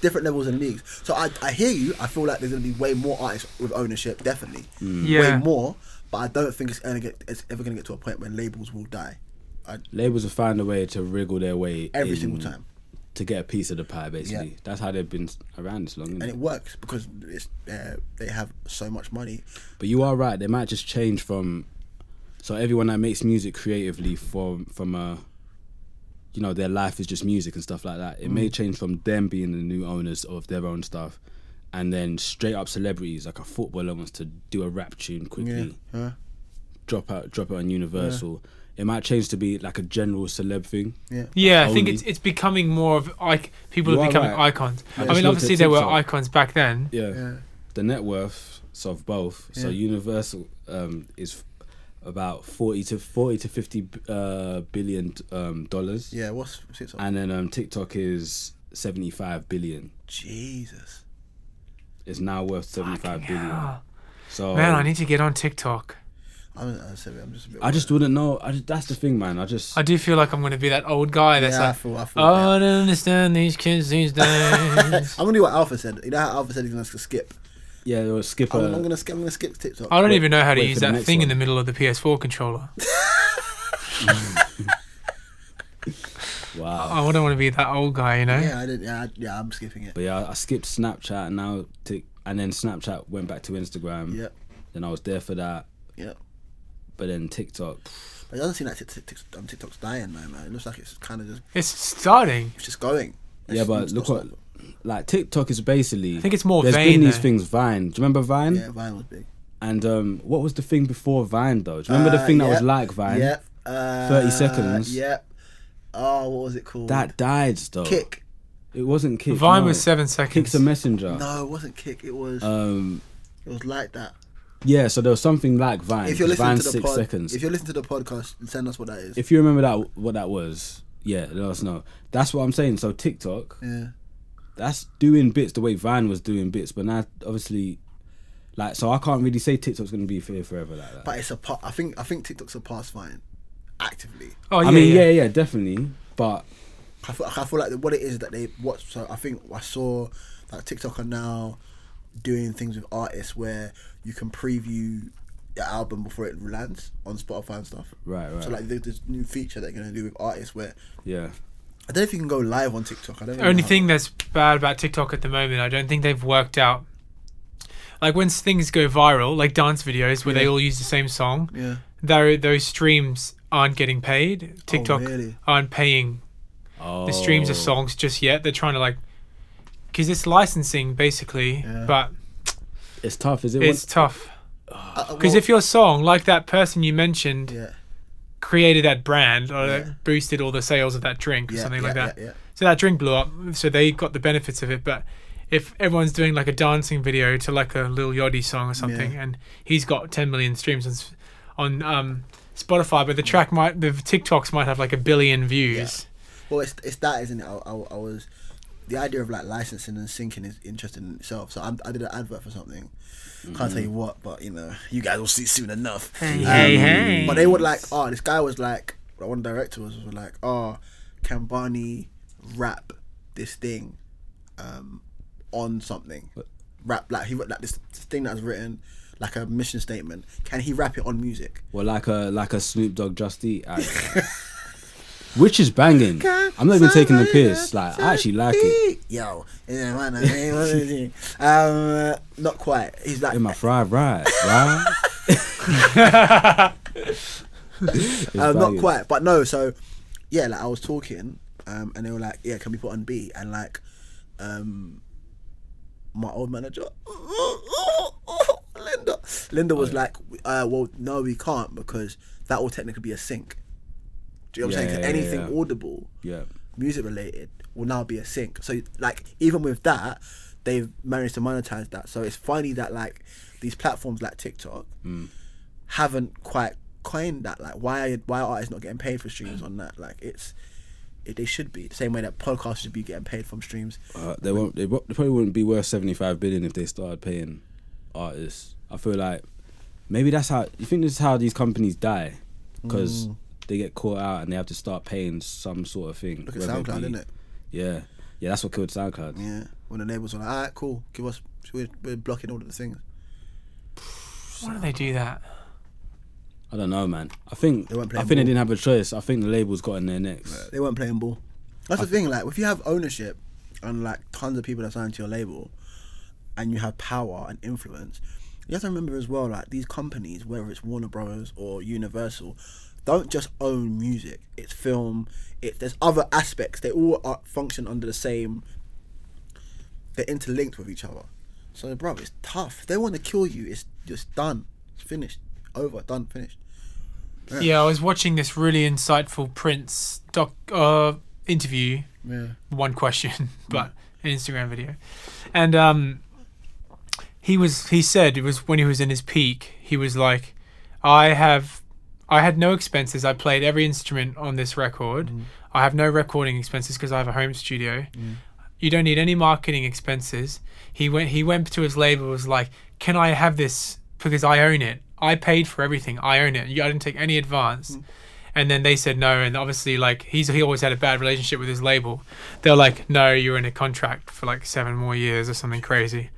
Different levels and leagues. So I, I hear you. I feel like there's going to be way more artists with ownership, definitely. Yeah. Way more, but I don't think it's, gonna get, it's ever going to get to a point when labels will die. I, labels will find a way to wriggle their way every in single time. to get a piece of the pie basically Yeah. that's how they've been s- around this long isn't and it? it works because it's uh, they have so much money. But you are right. They might just change from so everyone that makes music creatively from from a you know their life is just music and stuff like that. It may Mm. change from them being the new owners of their own stuff, and then straight up celebrities like a footballer wants to do a rap tune Yeah, quickly, yeah, drop out drop it on Universal. It might change to be like a general celeb thing. yeah. Yeah, I think Only. it's it's becoming more of like people You are are becoming right. icons. I I just mean, looked obviously at there were TikTok. icons back then. Yeah. Yeah. The net worths of both. So Yeah. Universal um, is about forty to forty to fifty uh, billion um, dollars. Yeah, what's, what's it? and then um, TikTok is 75 billion. Jesus. It's now worth 75 Fucking billion. Oh. hell. So Man, I need to get on TikTok. I'm, I'm, sorry, I'm just. A bit I just wouldn't know. I just, that's the thing, man. I just I do feel like I'm going to be that old guy worried. that's Yeah, I like, feel, I feel oh, Uh, I don't understand these kids these days. bad. I'm gonna do what Alpha said. You know how Alpha said he's gonna skip. yeah, it was skip. I'm, uh, I'm gonna skip. I'm gonna skip TikTok. I don't Wait- even know how to wait use for the that next thing in one. the middle of the PS4 controller. wow. I wouldn't want to be that old guy, you know. yeah, I didn't. Yeah, I, yeah, I'm skipping it. But yeah, I skipped Snapchat and now Tik, and then Snapchat went back to Instagram. Yep, Then I was there for that, yep. but then TikTok. But it doesn't seem like TikTok, TikTok, um, TikTok's dying now, man. It looks like it's kind of just It's starting. it's just going. It's yeah, just but not- look not what. Like TikTok is basically. I think it's more There's Vine, been these though. things Vine. Do you remember Vine? stopping. Yeah, Vine was big. And um, what was the thing before Vine though? Do you remember the Uh, thing that yep, was like Vine? Yep. Uh, 30 seconds. Yep. Oh, what was it called? That died though. kick. It wasn't kick. Vine no. was seven Kick's seconds. a messenger. No, it wasn't kick. It was. Um, It was like that. yeah, so there was something like Vine. If you're listening Vine to the six pod, seconds. if If, you're listening to the podcast, send us what that is. you remember that, what that was, yeah, let us know. That's what I'm saying. So TikTok, yeah, that's doing bits the way Vine was doing bits, but now obviously, like, so I can't really say TikTok's gonna be here forever like that. but it's a part. I think I think TikTok's a past Vine, actively. Oh yeah, I mean, yeah. yeah. yeah, definitely. But I feel, I feel like what it is that they what. So I think I saw like TikTok are now doing things with artists where you can preview the album before it lands on Spotify and stuff. Right, right. So like there's this new feature they're gonna do with artists where yeah. I don't know if you can go live on TikTok. I don't. only know how- thing that's bad about TikTok at the moment, I don't think they've worked out. Like when things go viral, like dance videos where they Yeah. all use the same song, Yeah. though those streams aren't getting paid. TikTok really? aren't paying Oh. the streams of songs just yet. They're trying to like, because it's licensing basically, Yeah. but It's tough, is it? it's tough. Because Because if your song, like that person you mentioned, Uh, yeah, created that brand or Yeah. boosted all the sales of that drink or yeah, something yeah, like that, Yeah, yeah. so that drink blew up. So they got the benefits of it, but. If everyone's doing like a dancing video to like a Lil Yachty song or something, and he's got 10 million streams on, s- on um, Spotify, but the track might, the TikToks might have like a billion views. Well, it's it's that, isn't it? I, I, I was the idea of like licensing and syncing is interesting in itself. So I'm, I did an advert for something. Can't tell you what, but you know, you guys will see soon enough. Um, hey, hey. But they would like, oh, this guy was like, like, one director was, was like, oh, can Barney rap this thing um, on something? Rap like he wrote like this, this thing that was written like a mission statement. Can he rap it on music? Well, like a like a Snoop Dogg Just Eat, act. which is banging. I'm not even taking the piss. Like I actually like it Yo, yeah, man, I mean, what is it? um, uh, not quite. He's like, in my fried rice, right? It's uh, not banging. quite, but no. So, yeah, like I was talking, um, and they were like, yeah, can we put on B? And like, um, my old manager, Linda, Linda Oh, was like, uh, well, no, we can't because that will technically be a sync. Do you know what I'm Yeah, saying? 'Cause yeah, anything yeah. audible Yeah. music related will now be a sync. So like even with that, they've managed to monetize that. So it's funny that like these platforms like TikTok haven't quite coined that. Like why are why are artists not getting paid for streams on that? Like it's it, they should be the same way that podcasts should be getting paid from streams. Uh, they won't. They, wo- they probably wouldn't be worth 75 billion if they started paying artists. I feel like maybe that's how. You think this is how these companies die because Mm. they get caught out and they have to start paying some sort of thing. Look at whether SoundCloud, be- isn't it? Yeah, yeah. That's what killed SoundCloud. Yeah. When the labels are like, all right, cool, give us we're, we're blocking all of the things. Why do they do that? I don't know, man. I think They weren't I playing think they ball. didn't have a choice. I think the labels got in their necks. They weren't playing ball. That's the thing. Like, if you have ownership and like tons of people that sign to your label, and you have power and influence, you have to remember as well. Like these companies, whether it's Warner Brothers or Universal, don't just own music. It's film. It there's other aspects. They all are, function under the same. They're interlinked with each other. So, bro, it's tough. If they want to kill you, it's just done. It's finished. Over. Done. Finished. Yeah. I was watching this really insightful Prince doc uh, interview. Yeah. One question, but an Instagram video, and um, he was he said it was when he was in his peak. He was like, I have. I had no expenses. I played every instrument on this record. I have no recording expenses because I have a home studio. You don't need any marketing expenses. He went. He went to his label. Was like, "Can I have this? Because I own it. I paid for everything. I own it. You- I didn't take any advance." And then they said no. And obviously, like he's he always had a bad relationship with his label. They're like, "No, you're in a contract for like seven more years or something crazy."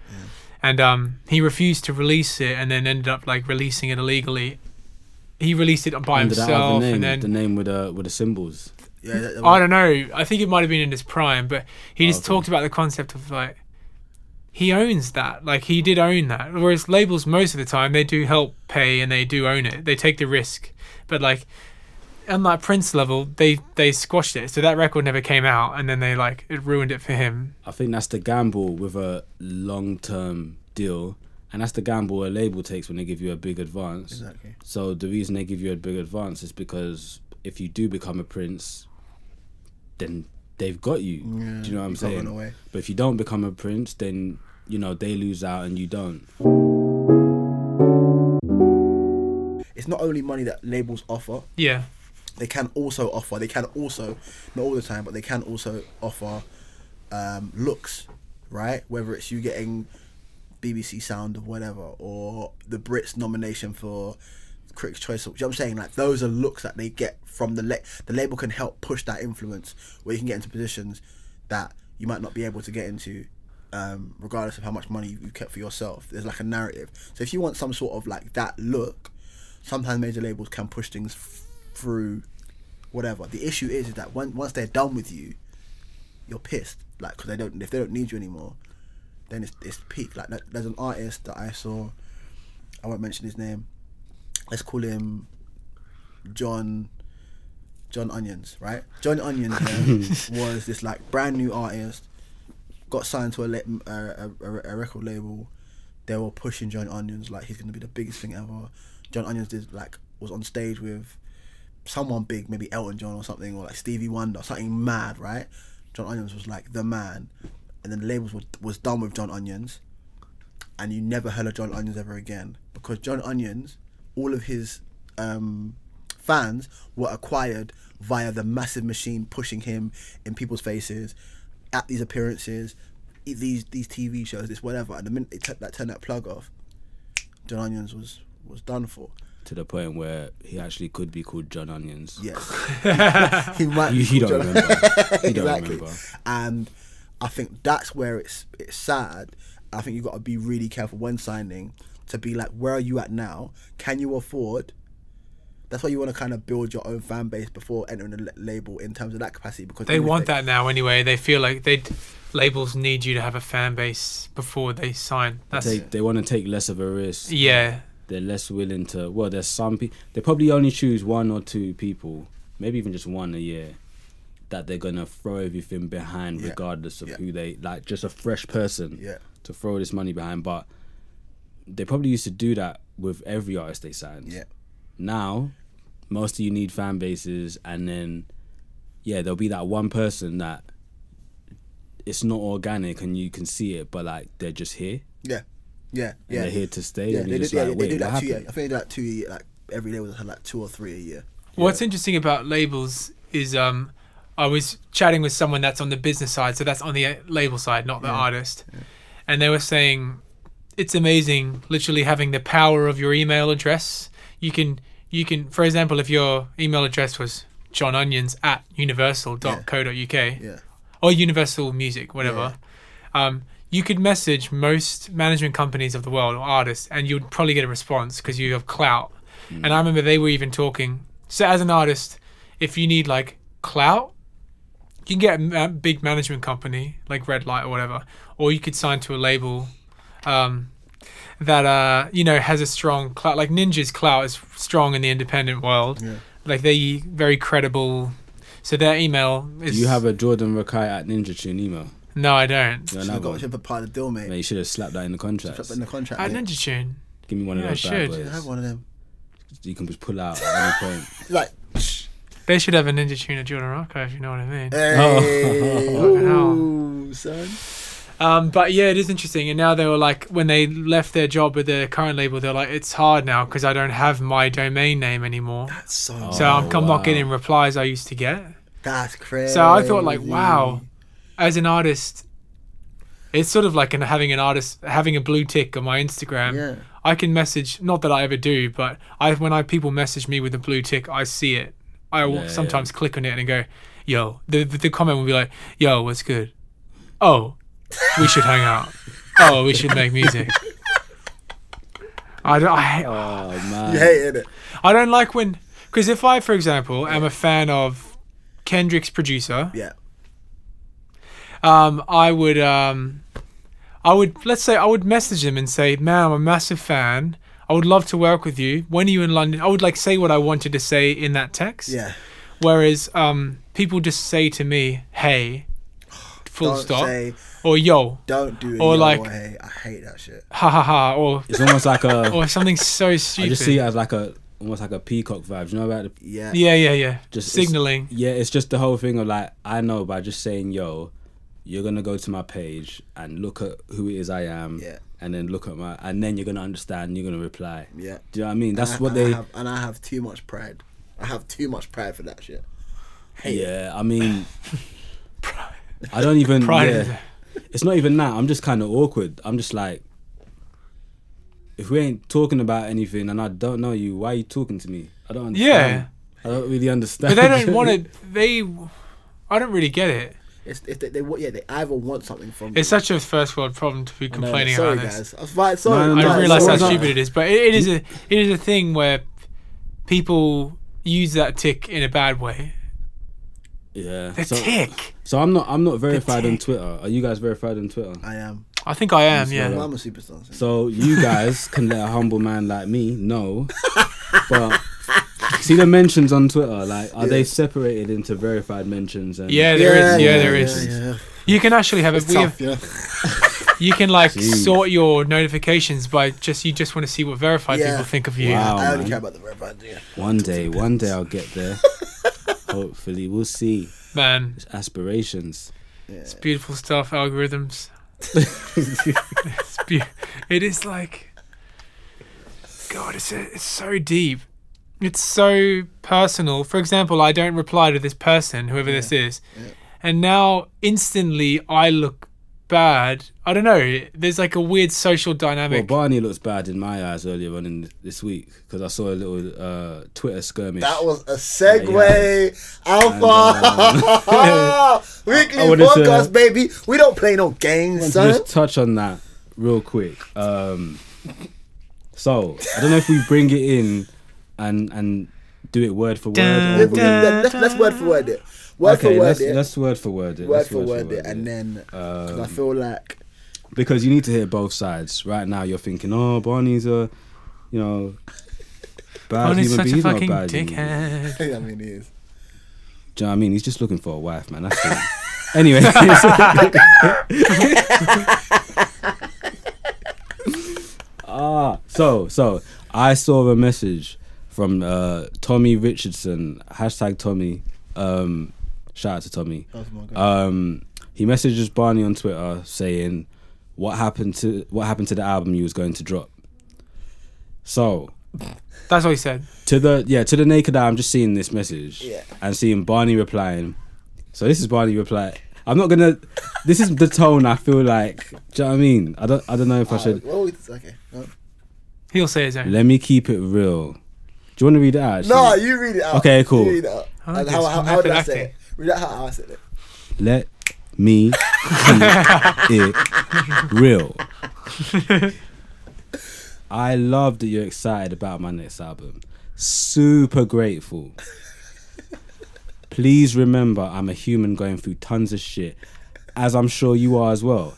And um, he refused to release it, and then ended up like releasing it illegally. He released it by Under that other himself, name, and then the name with the with the symbols. Yeah. that- that I was- don't know. I think it might have been in his prime, but he just okay. talked about the concept of like he owns that. Like he did own that. Whereas labels most of the time they do help pay and they do own it. They take the risk. But like on that Prince level, they they squashed it. So that record never came out and then they like it ruined it for him. I think that's the gamble with a long term deal, and that's the gamble a label takes when they give you a big advance. Exactly. So the reason they give you a big advance is because if you do become a prince, then they've got you. Yeah, do you know what I'm you can't run saying? away. But if you don't become a prince, then you know they lose out and you don't. It's not only money that labels offer. Yeah. they can also offer they can also not all the time but they can also offer um, looks right whether it's you getting BBC Sound or whatever or the Brits nomination for Critics Choice Award. you know what I'm saying like those are looks that they get from the la- the label can help push that influence where you can get into positions that you might not be able to get into um, regardless of how much money you you kept for yourself. There's like a narrative. So if you want some sort of like that look, sometimes major labels can push things f- through whatever. The issue is, is that when, once they're done with you, you're pissed. Like, because they don't, if they don't need you anymore, then it's, it's peak. Like, there- there's an artist that I saw, I won't mention his name. Let's call him John. John Onions, right? John Onions yeah, was this like brand new artist, got signed to a, le- a, a, a record label. They were pushing John Onions like he's gonna be the biggest thing ever. John Onions did like was on stage with someone big, maybe Elton John or something, or like Stevie Wonder, something mad, right? John Onions was like the man, and then the labels were, was done with John Onions, and you never heard of John Onions ever again because John Onions, all of his um, fans were acquired via the massive machine pushing him in people's faces at these appearances, i- these these TV shows, this whatever. And the minute they t- that turned that plug off, John Onions was was done for. to the point where he actually could be called John Onions. Yes, he might. You, be you called don't John- remember. You don't exactly. remember. And I think that's where it's it's sad. I think you've got to be really careful when signing to be like, where are you at now? Can you afford? That's why you want to kind of build your own fan base before entering a l- label in terms of that capacity because They even if want that now anyway. They feel like they labels need you to have a fan base before they sign. That's They, they want to take less of a risk. yeah. They're less willing to. Well, there's some people. They probably only choose one or two people, maybe even just one a year, that they're gonna throw everything behind, Yeah. regardless of Yeah. who they like. Just a fresh person. Yeah. To throw this money behind, but they probably used to do that with every artist they signed. Yeah, now most of you need fan bases and then yeah there'll be that one person that it's not organic and you can see it but like they're just here yeah, yeah, and yeah. they're here to stay yeah, and they you're did, just yeah, like they wait did what like two. Yeah, I think happened they did like two. a year, Like every label had like two or three a year. What's interesting about labels is um, I was chatting with someone that's on the business side, so that's on the uh, label side, not the artist, and they were saying it's amazing, literally having the power of your email address. You can you can, for example, if your email address was John Onions at universal.co.uk Yeah, or Universal Music, whatever. Um, you could message most management companies of the world or artists, and you'd probably get a response because you have clout. Mm. And I remember they were even talking. So as an artist, if you need like clout, you can get a ma- big management company like Red Light or whatever, or you could sign to a label um, that uh, you know has a strong clout. Like Ninja's clout is strong in the independent world. Yeah. Like they very credible. So their email is. do you have a jordan rakai at ninja tune email No, I you, don't. know, should have another got one? should have part of the deal, mate. Man, you should have slapped that in the contract Put that in the contract. I mate. Ninja Tune. give me one Yeah, I of those should. bad I have boys one of them. you can just pull out at any point Like, They should have a Ninja Tune at Jordan Rocco, if you know what I Eh. mean. hey, hell. ooh, son. Um, but yeah, it is interesting. And now they were like, when they left their job with their current label, they're like, it's hard now because I don't have my domain name anymore. That's so. So Oh, I'm, I'm wow. not getting replies I used to get. That's crazy. So I thought like, wow, as an artist, it's sort of like an, having an artist having a blue tick on my Instagram. Yeah. I can message, not that I ever do, but I when I people message me with a blue tick, I see it. I will Yeah, sometimes click on it and go, "Yo," the, the the comment will be like, "Yo, what's good? Oh, we should hang out. Oh, we should make music." I don't, I, oh man You hated it. I don't like when because if I, for example, am a fan of Kendrick's producer, Yeah. um, I would um, I would let's say I would message him and say, "Man, I'm a massive fan. I would love to work with you. When are you in London?" I would like say what I wanted to say in that text. Yeah. Whereas um, people just say to me, "Hey," full Don't stop, say- or "Yo," Don't do it. Or yo, like- hey, I hate that shit. "Ha ha ha," or it's almost like a or something so i stupid. just see it as like a almost like a peacock vibe you know about the Yeah. yeah, yeah, yeah. Just- Just signaling. Yeah, it's just the whole thing of like I know by just saying yo, you're gonna go to my page and look at who it is I am, Yeah. and then look at my, and then you're gonna understand, you're gonna reply. Yeah. Do you know what I mean? That's And I- what and I they. have, and I have too much pride. I have too much pride for that shit. yeah, I mean, I don't even. Pride is yeah, it's not even that. I'm just kind of awkward. I'm just like, if we ain't talking about anything and I don't know you, why are you talking to me? I don't Yeah. understand. I don't really understand. But they don't want to. They, I don't really get it. It's if they, they wa- yeah they either want something from It's you. such a first world problem to be I know, complaining sorry, about this. guys. I was right, sorry. No, no, no, I guys, don't it's realize how sorry. always stupid it is, but it, it is a it is a thing where people use that tick in a bad way. Yeah. The So, tick. so I'm not I'm not verified on tick. Twitter. Are you guys verified on Twitter? I am. I think I am. Yeah. Well, Yeah. I'm a superstar. So. So you guys can let a humble man like me know, but see the mentions on Twitter. Like, are they separated into verified mentions? And Yeah, there is. Yeah, there is. Yeah, yeah. You can actually have It's a. We tough, have, yeah. you can like Jeez. sort your notifications by just you just want to see what verified Yeah. people think of you. Wow. I only man. care about the red band, yeah. One day, one day I'll get there. Hopefully, we'll see. Man, It's aspirations. it's beautiful stuff. Algorithms. it's be- it is like, God, it's a, it's so deep. It's so personal. For example, I don't reply to this person, whoever this is, and now instantly I look bad. I don't know. There's like a weird social Well, dynamic. Barney looks bad in my eyes earlier on in this week because I saw a little uh, Twitter skirmish. That was a segue. Alpha. Weekly I wanted to- podcast, baby. We don't play no I games, want to son. just touch on that real quick. Um, so I don't know if we bring it in and and do it word for word. Dun, or Let's, we- dun. let's- let's word for word it. Word okay, for word let's, it. let's word for word it. Um, word let's for word it. And then, because I feel like. because you need to hear both sides. Right now, you're thinking, oh, Barney's a, you know, bad One is human such being. a He's not a fucking bad. human being. dickhead. I mean, it is. Do you know what I mean? He's just looking for a wife, man. That's it. anyway. it's- ah, so so I saw a message from uh, Tommy Richardson hashtag Tommy. Um, shout out to Tommy. That was my guy. Um, he messages Barney on Twitter saying, "What happened to what happened to the album you was going to drop?" So That's what he said. to the yeah to the naked eye, I'm just seeing this message Yeah. and seeing Barney replying. So this is Barney reply. I'm not gonna. this is the tone I feel like. Do you know what I mean? I don't. I don't know if I should. Oh, it's okay. No, He'll say his own. Let me keep it real. Do you want to read it out? actually? No, you read it out. Okay, cool. You read it out. I like And how, this how, how did I method say it? acting. Read out how I said it. Let me keep it real. I love that you're excited about my next album. Super grateful. Please remember, I'm a human going through tons of shit, as I'm sure you are as well.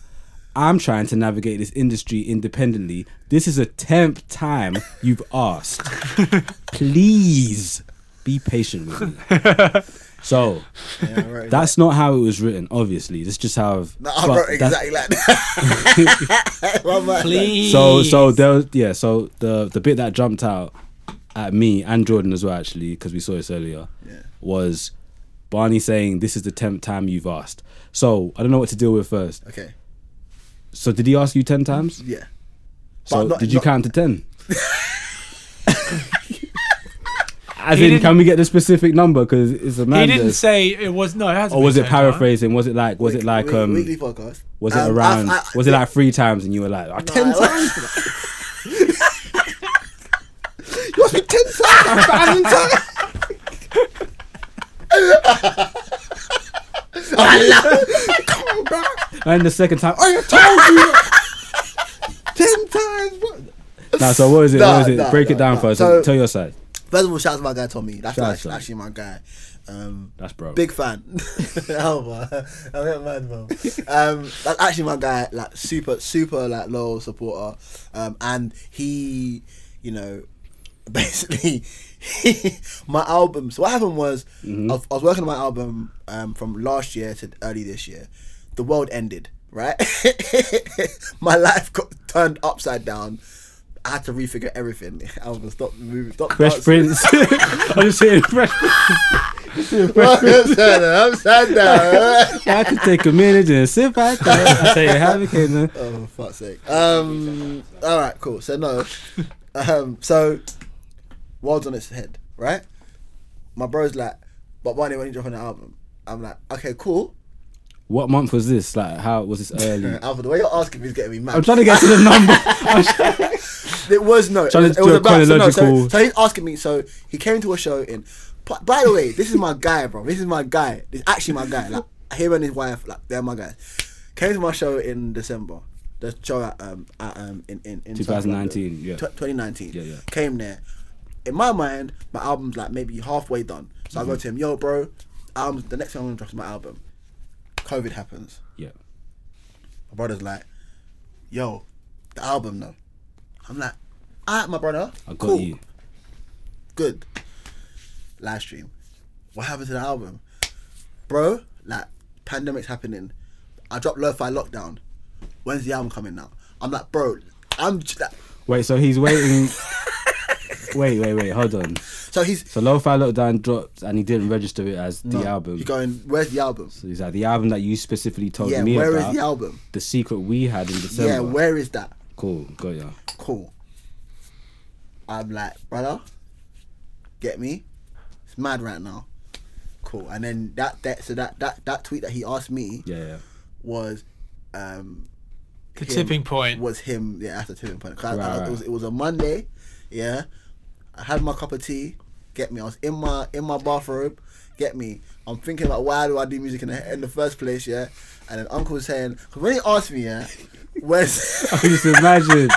I'm trying to navigate this industry independently. This is a 10th time you've asked. Please be patient with me. So, Yeah, I wrote it. that's not how it was written, obviously. That's just how. No, I but wrote it that's- exactly like that. My man, like, Please. So, so there was, yeah. So the the bit that jumped out at me and Jordan as well, actually, because we saw this earlier, Yeah. was Barney saying, "This is the tenth time you've asked." So I don't know what to deal with first. okay, So did he ask you ten times? yeah. So But not- did you not- count to ten? As He in, didn't- can we get the specific number? Because it's a he man. didn't that's- say it was no. It has Or was it paraphrasing? Was it like? Was it like? Week- um weekly podcast? Was it Um, around? I- I- was it like three times and you were like, oh, No, 10 I- times? you asked me ten times. I haven't done it. And the second time, oh, I told you 10 times. bro." Nah, so what is it? Nah, what is it? nah, Break it nah, down nah. first. So- Tell your side. First of all, shout out to my guy Tommy. That's Shout out like, to Tommy. actually my guy. Um, That's bro. Big fan. oh man, I'm not mad, bro. Um, that's actually my guy. Like super, super like loyal supporter. Um, and he, you know, basically, my album. So what happened was, I, was I was working on my album um, from last year to early this year. The world ended. Right, my life got turned upside down. I had to refigure everything. I was stop moving, stop Fresh dancing. Prince. I'm just saying, Fresh upside down. Upside down. I could take a minute and sit back. and I tell you how it came then. Oh, for fuck's sake. Um, all right, cool. So, no. um, so, world's on its head, right? My bro's like, but Barney, when you dropping the album? I'm like, okay, cool. What month was this? Like, how was this early? Alpha, the way you're asking me is getting me mad. I'm trying to get to the number. I'm trying- It was no. It Trying to was, it do was a about so, no, so, chronological- so he's asking me. So he came to a show in. By, by the way, this is my guy, bro. This is my guy. This is actually my guy. Like him and his wife, like they're my guys. Came to my show in December. The show at um at um in in, in South London. 2019, yeah. Tw- 2019. Yeah, yeah. Came there. In my mind, my album's like maybe halfway done. So Mm-hmm. I go to him, yo, bro, album. The next time I'm gonna drop is my album. COVID happens. Yeah. My brother's like, yo, the album though. I'm like, alright, my brother. I got you. Good. Live stream. What happened to the album? Bro, like, pandemic's happening. I dropped Lo-Fi Lockdown. When's the album coming out? I'm like, bro, I'm j- like, Wait, so he's waiting. wait, wait, wait. Hold on. so he's So Lo-Fi Lockdown dropped, and he didn't register it as the album. He's going, where's the album? So he's like the album that you specifically told yeah, me where is about. the album? The secret we had in December. Yeah, where is that? Cool, got ya. cool. I'm like, brother, get me. It's mad right now. Cool. And then that that so that that that tweet that he asked me Yeah, yeah. was um The him- tipping point. was him yeah that's the tipping point 'Cause I- I- Right, right. it was it was a Monday yeah I had my cup of tea get me I was in my in my bathrobe get me I'm thinking about why do I do music in the, in the first place yeah and then Uncle was saying cause when he asked me yeah where's Can you Just imagine.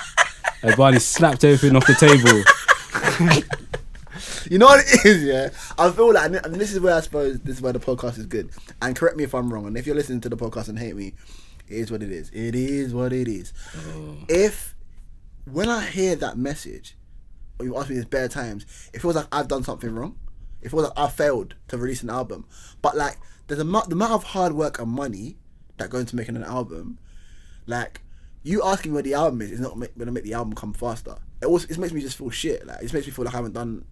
And Barney slapped everything off the table. You know what it is, yeah. I feel like, and this is where I suppose this is where the podcast is good. And correct me if I'm wrong. And if you're listening to the podcast and hate me, it is what it is. It is what it is. If when I hear that message, or you ask me this bare times, it feels like I've done something wrong. It feels like I failed to release an album. But like, there's a mu- the amount of hard work and money that go into making an album. Like, you asking where the album is is not ma- gonna make the album come faster. It also it makes me just feel shit. Like, it just makes me feel like I haven't done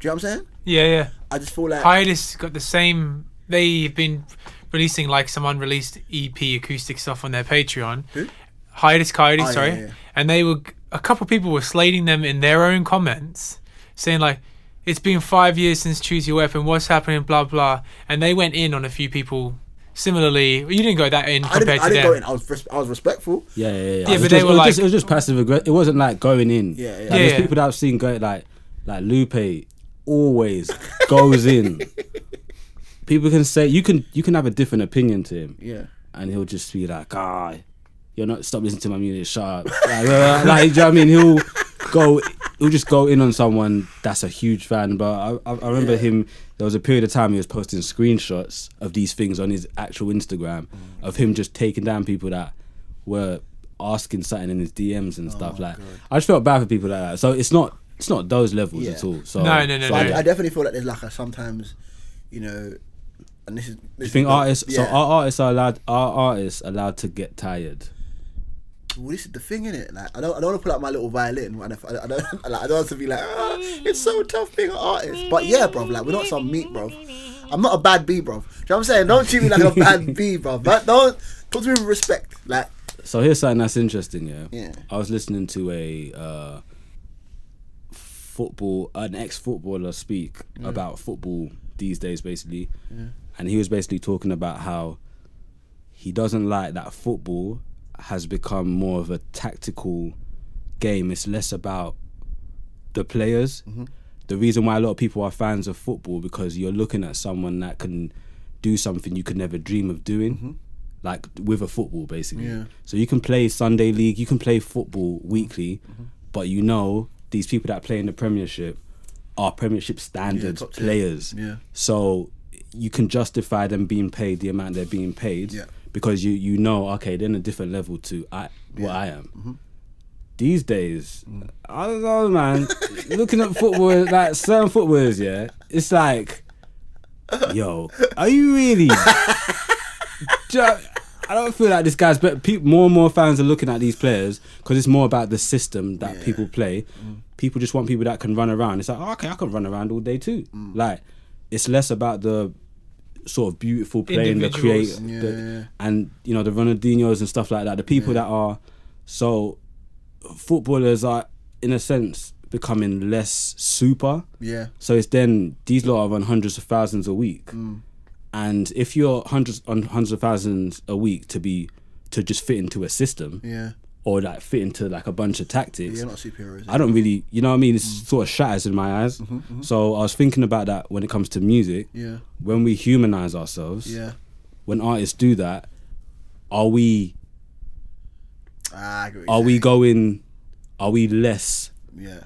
do you know what I'm saying? Yeah, yeah. I just feel like Hiatus got the same. They've been releasing like some unreleased EP acoustic stuff on their Patreon. Who? Oh, Hiatus Coyote, yeah, sorry. yeah, yeah. And they were a couple people were slating them in their own comments, saying like, "It's been five years since Choose Your Weapon. What's happening? Blah blah." And they went in on a few people. Similarly, you didn't go that in I compared didn't, I to didn't them. go in. I was res- I was respectful. Yeah, yeah, yeah. It but was they just- were it was just, like- it was just passive aggressive. It wasn't like going in. Yeah, yeah. Like, Yeah, there's yeah. people that I've seen go like, like Lupe always goes in. People can say you can you can have a different opinion to him, Yeah. and he'll just be like, ah, you're not stop listening to my music, shut up. Like, uh, like, do you know what I mean? He'll go, he'll just go in on someone that's a huge fan. But I, I, I remember him. There was a period of time he was posting screenshots of these things on his actual Instagram of him just taking down people that were asking something in his DMs Oh and stuff. Like, I just felt bad for people like that. So it's not, it's not those levels Yeah. at all. So No, no, no, so So I- no. I, I definitely feel like there's like a sometimes, you know, and this is. This I think is artists, Yeah. so our artists are allowed, our artists allowed to get tired. well, this is the thing, innit? Like I don't, I don't want to pull out my little violin. And if, I, I don't, like, I don't want to be like, ah, it's so tough being an artist. But yeah, bro, like we're not some meat, bro. I'm not a bad B, bro. Do you know what I'm saying? Don't treat me like a bad B, bro. But don't talk to me with respect. Like, So here's something that's interesting, yeah. Yeah. I was listening to a uh, football, an ex-footballer speak about football these days, basically, and he was basically talking about how he doesn't like that football has become more of a tactical game. It's less about the players. Mm-hmm. The reason why a lot of people are fans of football because you're looking at someone that can do something you could never dream of doing, like with a football, basically. Mm-hmm. Yeah. So you can play Sunday league, you can play football weekly, Mm-hmm. but you know these people that play in the Premiership are Premiership standards top tier. players. Yeah. So you can justify them being paid the amount they're being paid Yeah. because you you know okay they're in a different level to I what I am. These days, I don't know, man. Looking at football, like certain footballers, yeah, it's like, yo, are you really? Do you know- I don't feel like this guy's but pe- more and more fans are looking at these players because it's more about the system that people play. People just want people that can run around. It's like, "Oh, okay, I can run around all day too. Like, it's less about the sort of beautiful play and the create, Individuals. the- and you know the Ronaldinho's and stuff like that. The people that are so footballers are in a sense becoming less super. yeah, So it's then these lot are on hundreds of thousands a week, Mm. and if you're hundreds on hundreds of thousands a week to be to just fit into a system yeah. or like fit into like a bunch of tactics, You're not superheroes. I don't really, you know what I mean? It's Mm. sort of shatters in my eyes. So I was thinking about that when it comes to music. Mm-hmm, Yeah. When we humanize ourselves, yeah, when artists do that, are we Ah, I get what you're are we saying. going are we less Yeah,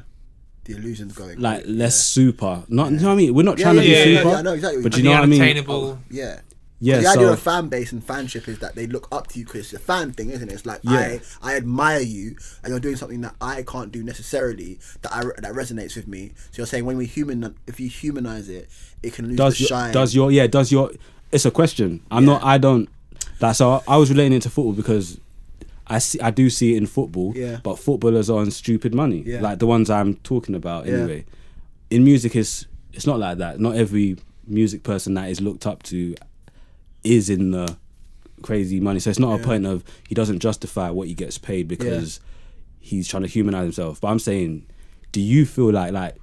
the illusion's going. like less super? Not you know what I mean? We're not trying yeah, to be yeah, yeah, super. yeah, I know exactly what But you you mean. know what I mean? unattainable. yeah. Yeah, the idea so of fan base and fanship is that they look up to you because it's a fan thing, isn't it? It's like Yeah. I, I admire you, and you're doing something that I can't do necessarily that I, that resonates with me. So you're saying when we human, if you humanize it, it can lose does the your, shine. does your yeah does your it's a question i'm not i don't that's how i was relating it to football because i see i do see it in football Yeah. but footballers are on stupid money Yeah. like the ones i'm talking about anyway in music is it's not like that not every music person that is looked up to is in the crazy money so it's not a point of he doesn't justify what he gets paid because he's trying to humanize himself but i'm saying do you feel like like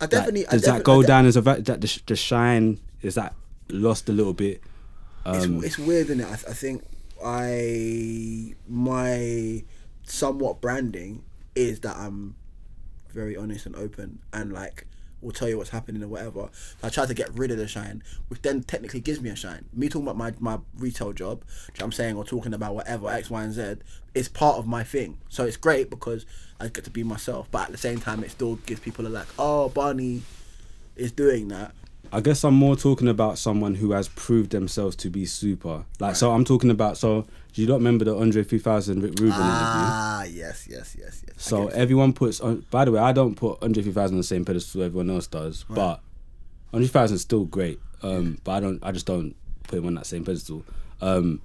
I definitely like, does I that defi- go I de- down as a va- that the, sh- the shine is that lost a little bit? it's, Um, it's weird, isn't it? I, th- I think I my somewhat branding is that I'm very honest and open and like will tell you what's happening or whatever. So I try to get rid of the shine, which then technically gives me a shine. Me talking about my, my retail job, which I'm saying or talking about whatever X, Y, and Z, is part of my thing. So it's great because I get to be myself, but at the same time, it still gives people a like, oh, Barney is doing that. I guess I'm more talking about someone who has proved themselves to be super. Like so, I'm talking about so. Do you not remember the Andre 3000 Rick Rubin interview? Ah, yes, yes, yes, yes. I So get- everyone puts. on By the way, I don't put Andre 3000 on the same pedestal everyone else does, but Andre 3000 is still great. Um, but I don't. I just don't put him on that same pedestal. Um,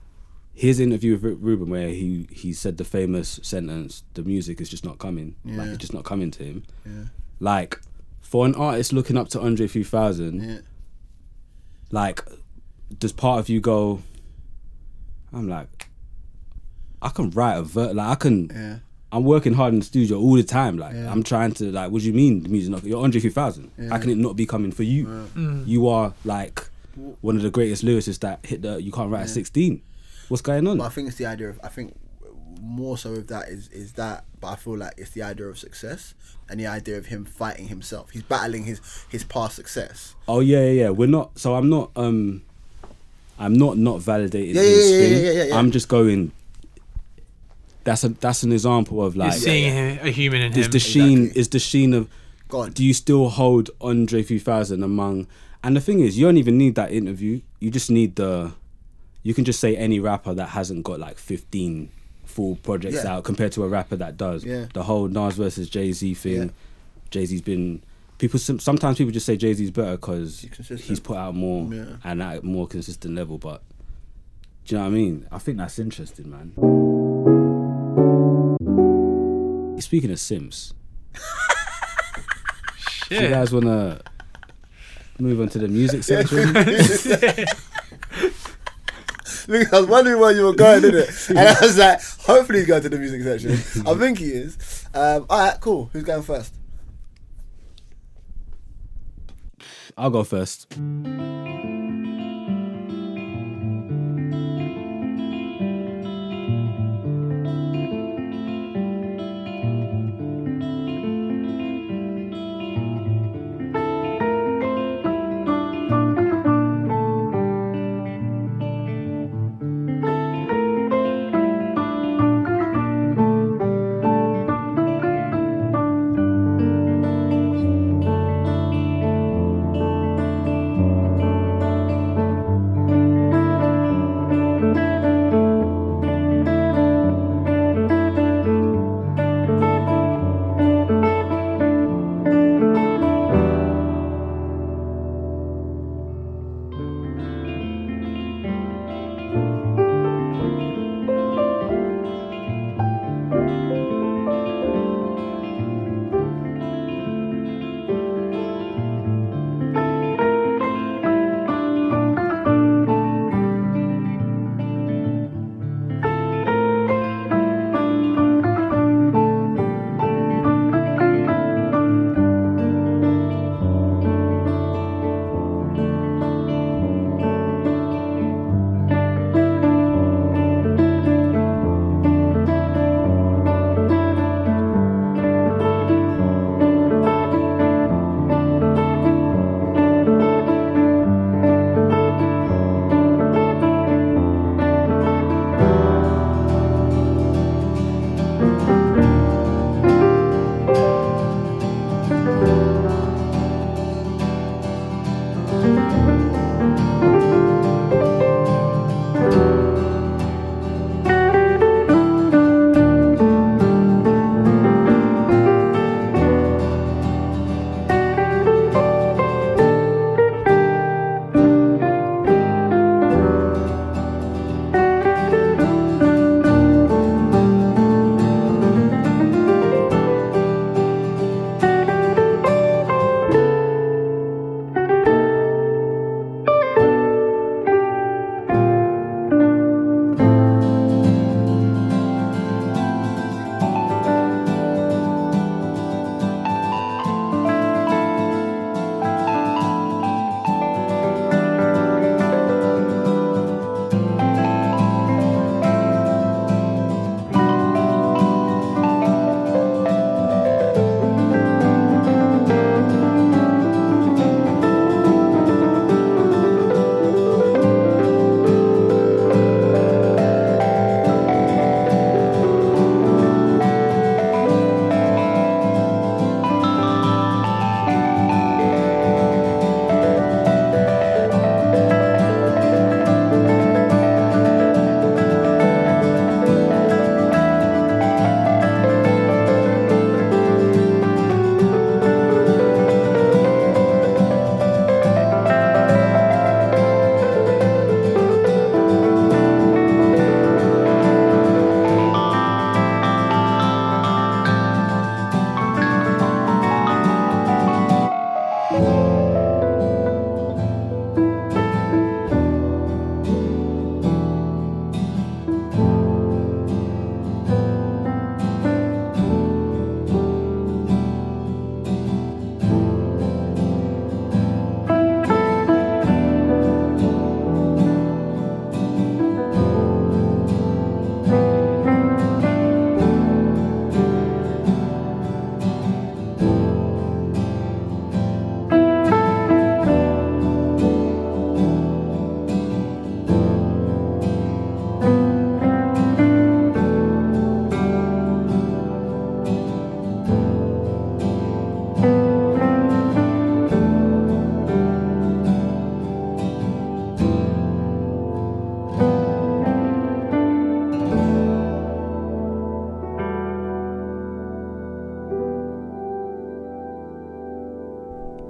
his interview with Rick Rubin, where he he said the famous sentence, "The music is just not coming. Like Yeah. it's just not coming to him." yeah. Like for an artist looking up to Andre 3000, Yeah. like does part of you go? I'm like, I can write a verse. Like I can. Yeah. I'm working hard in the studio all the time. Like I'm trying to like. What do you mean the music? Not, you're Andre 3000. How can it not be coming for you? You are like one of the greatest lyricists that hit the. You can't write a 16. What's going on? But I think it's the idea of I think more so with that is is that but I feel like it's the idea of success and the idea of him fighting himself. He's battling his his past success. Oh yeah, yeah, yeah. We're not. So I'm not. Um, I'm not not validating Yeah, yeah, his yeah, thing. yeah, yeah, yeah, yeah. I'm just going. That's a that's an example of You're like seeing him- a human in is him. the sheen Exactly. is the sheen of. Go on. Do you still hold Andre 3000 among? And the thing is, you don't even need that interview. You just need the. You can just say any rapper that hasn't got like 15 full projects Yeah. out compared to a rapper that does. Yeah. The whole Nas versus Jay Z thing. Yeah. Jay Z's been. People some- sometimes people just say Jay Z's better because consistent. he's put out more Yeah. and at a more consistent level. But do you know what I mean? I think that's interesting, man. Speaking of Sims, do you Shit. guys wanna move on to the music section? Look, I was wondering where you were going, didn't it? And I was like, hopefully he's going to the music section. I think he is. Um, all right, cool. Who's going first? I'll go first.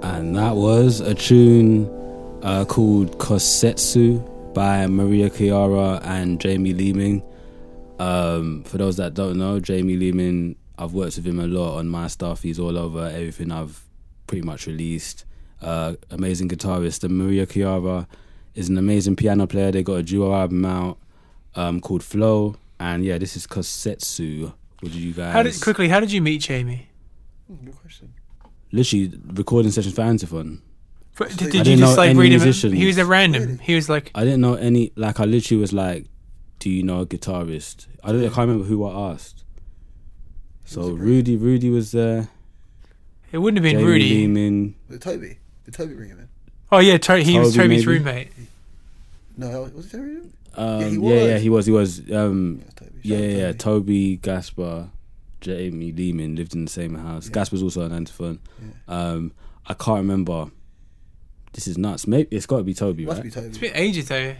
And that was a tune uh, called Kosetsu by Maria Chiara and Jamie Leeming. Um, for those that don't know, Jamie Leeming, I've worked with him a lot on my stuff. He's all over everything I've pretty much released. Uh, amazing guitarist. And Maria Chiara is an amazing piano player. They got a duo album out um, called Flow. And yeah, this is Kosetsu. What did you guys? How did quickly? How did you meet Jamie? Hmm, Good question. literally recording sessions for Antiphon. But Did, didn't did you know just like any read him? musicians. He was a random. He was like, I didn't know any. Like I literally was like, "Do you know a guitarist?" I don't. I can't remember who I asked. So Rudy, Rudy was there. it wouldn't have been Jamie Rudy. Lehman. Did Toby? Did Toby bring him in? Oh yeah, to- he was Toby, Toby's maybe. roommate. No, that was- was it Toby? Yeah, Um, he yeah, was. yeah, he was. He was. Um, it was Toby. yeah, Shout out yeah, yeah. Toby. Toby Gaspar, Jamie Lehman lived in the same house. Gaspar's also an Antiphon. Um, I can't remember. This is nuts. Maybe it's got to be Toby, Must right? be Toby. It's been ages though,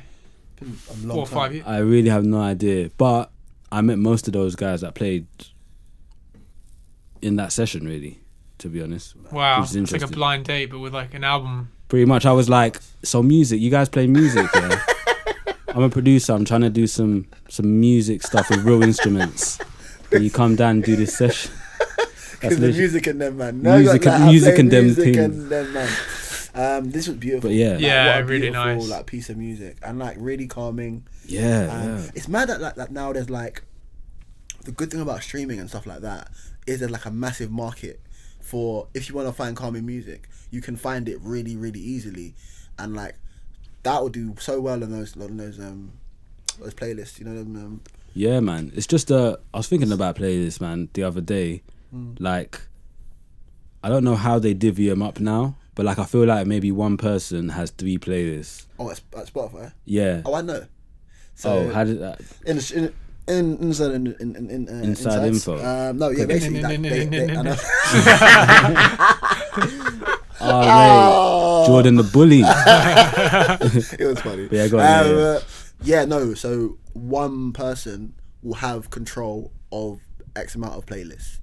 Been a long four or time. five years. I really have no idea. But I met most of those guys that played in that session, really, to be honest. Wow, Which is it's like a interesting. blind date, but with like an album. Pretty much, I was like, so music, you guys play music, yeah? I'm a producer, I'm trying to do some, some music stuff with real instruments. And you come down and do this session. That's Because the literally- music and them man. No, Music like, and- I music play and them music things. and them man. Um, this was beautiful. But yeah. Like, Yeah, what a really beautiful, nice. Like piece of music and like really calming. Um, yeah, yeah. It's mad that like that now there's like the good thing about streaming and stuff like that is there's like a massive market for if you want to find calming music, you can find it really really easily, and like that will do so well on those on those um those playlists. You know them. Um, Yeah, man. It's just uh, I was thinking about playlists, man, the other day. Mm. Like, I don't know how they divvy them up now, but like, I feel like maybe one person has three playlists. oh, it's at Spotify. Yeah. Oh, I know. So oh, how did that? in the, sh- in, in inside in, in, in, in, uh, Inside insides. info. Um, no, yeah, basically that. They, they, I know. Oh, mate. Jordan the bully. it was funny. Yeah, go on, yeah, Um, yeah. uh, yeah, no. So one person will have control of X amount of playlists,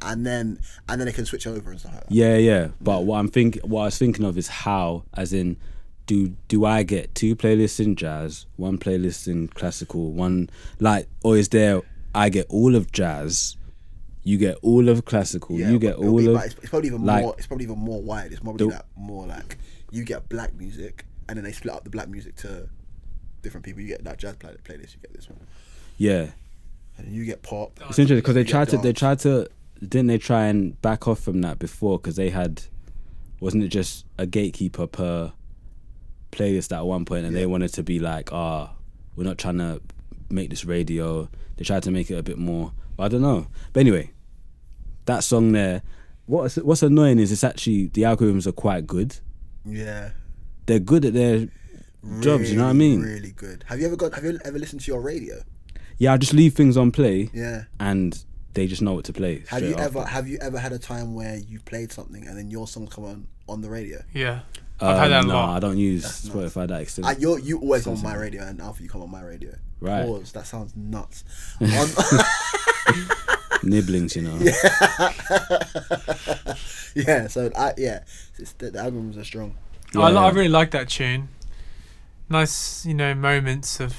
and then and then they can switch over and stuff like that. yeah, yeah. But what I'm think, what I was thinking of is how, as in, do do I get two playlists in jazz, one playlist in classical, one like, or is there I get all of jazz, you get all of classical, Yeah, you get it'll all be- of. but It's, it's probably even like- more. It's probably even more wide. It's probably The- like more like you get black music, and then they split up the black music to different people. You get that jazz play- playlist. You get this one, Yeah, and you get pop. it's interesting because they get tried to they dance. tried to didn't they try and back off from that before because they had wasn't it just a gatekeeper per playlist at one point and they wanted to be like ah we're not trying to make this radio they tried to make it a bit more but I don't know but anyway that song there what's what's annoying is it's actually the algorithms are quite good Yeah. they're good at their jobs you know what I Really, mean Really good. Have you ever got? Have you ever listened to your radio? yeah I just leave things on play Yeah. and they just know what to play Have straight you after. ever have you ever had a time where you played something and then your song come on on the radio? Yeah, I've had Um, that a no, lot. I don't use Spotify that extent. Uh, you're you always on my radio and after you come on my radio. Right. Pause. That sounds nuts. On- Nibblings, you know. yeah. So I yeah, it's, the, the algorithms are strong. I, li- Yeah. I really like that tune. Nice, you know, moments of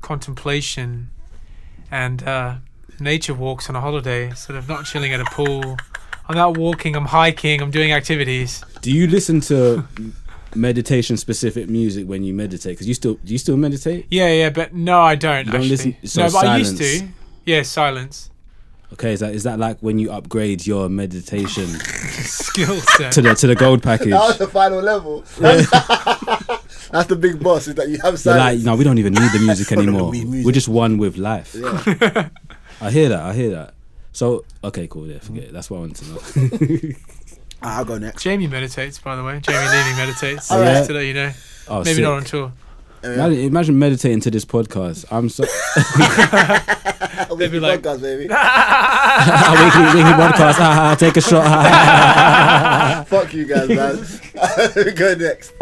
contemplation and uh, nature walks on a holiday. Sort of not chilling at a pool. I'm out walking. I'm hiking. I'm doing activities. Do you listen to meditation specific music when you meditate? Because you still do you still meditate? Yeah, yeah, but no, I don't. You don't actually. listen- so no, but I used to. silence. Yeah, silence. Okay, is that is that like when you upgrade your meditation Skill set. to the to the gold package? That was the final level. That's the big boss. Is that you have They're like, silence. no, we don't even need the music don't anymore. need music. We're just one with life. I hear that. I hear that. So okay, cool. Yeah, forget it. That's what I wanted to know. Ah, I'll go next. Jamie meditates, by the way. Jamie Leaving meditates. Alright. Just to let you know. Oh, Maybe sick. not on tour. Imagine, imagine meditating to this podcast. I'm so They'd be like- podcast, baby. weekly, weekly Ah, podcast. Ha, ha, ha, take a shot. Ha, ha, ha. Fuck you guys, man. go next.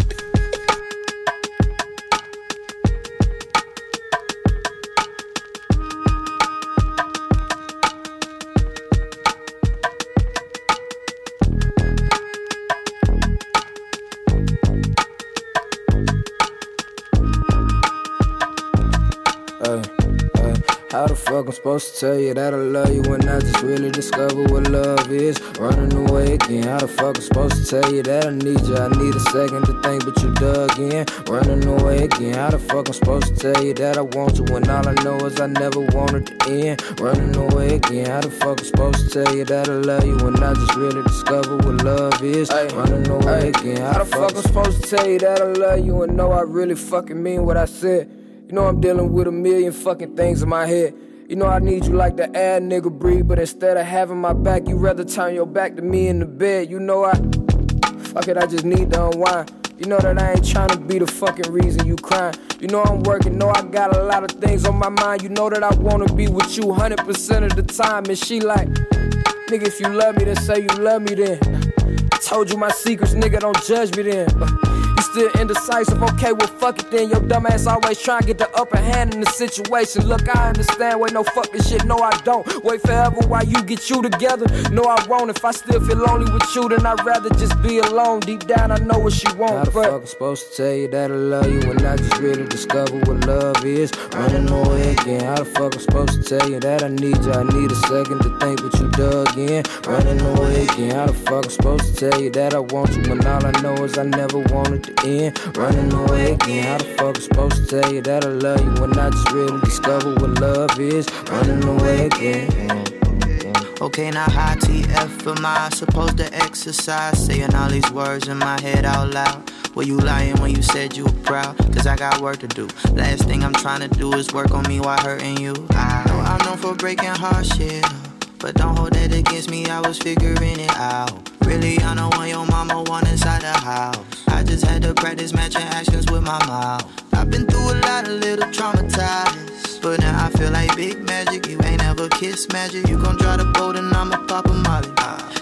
fuck I'm supposed to tell you that I love you when I just really discover what love is? Running away again. How the fuck I'm supposed to tell you that I need you? I need a second to think, but you dug in. Running away again. How the fuck I'm supposed to tell you that I want you when all I know is I never wanted to end? Running away again. How the fuck I'm supposed to tell you that I love you when I just really discover what love is? Running away again. How the fuck I'm supposed to tell you that I love you and know I really fucking mean what I said? You know I'm dealing with a million fucking things in my head. You know I need you like the ad nigga breed, but instead of having my back, you rather turn your back to me in the bed. You know I fuck it, I just need to unwind. You know that I ain't tryna be the fucking reason you crying. You know I'm working, know I got a lot of things on my mind. You know that I wanna be with you 100% of the time, and she like, nigga, if you love me, then say you love me then. Told you my secrets, nigga, don't judge me then. You still indecisive, okay, well fuck it then. Your dumb ass always tryna get the upper hand in the situation. Look, I understand, wait, no fuck this shit, no I don't. Wait forever while you get you together. No, I won't. If I still feel lonely with you, then I'd rather just be alone. Deep down, I know what she How the won't. But- fuck I'm supposed to tell you that I love you when I just really discover what love is? Running away again. How the fuck I'm supposed to tell you that I need you? I need a second to think, but you dug in. Running away again. How the fuck I'm supposed to tell you that I want you when all I know is I never wanted to end? Running away again. How the fuck I'm supposed to tell you that I love you when I just really discover what love is? Running away again. Okay, now high TF am I supposed to exercise? Saying all these words in my head out loud. Were you lying when you said you were proud? Cause I got work to do. Last thing I'm trying to do is work on me while hurting you. I know I'm known for breaking hearts, yeah. But don't hold that against me, I was figuring it out. Really, I know when your mama want inside the house. I just had to practice matching actions with my mouth. I've been through a lot of little traumatized. But now I feel like big magic. You ain't ever kiss magic. You gon' try the boat and I'ma pop a molly.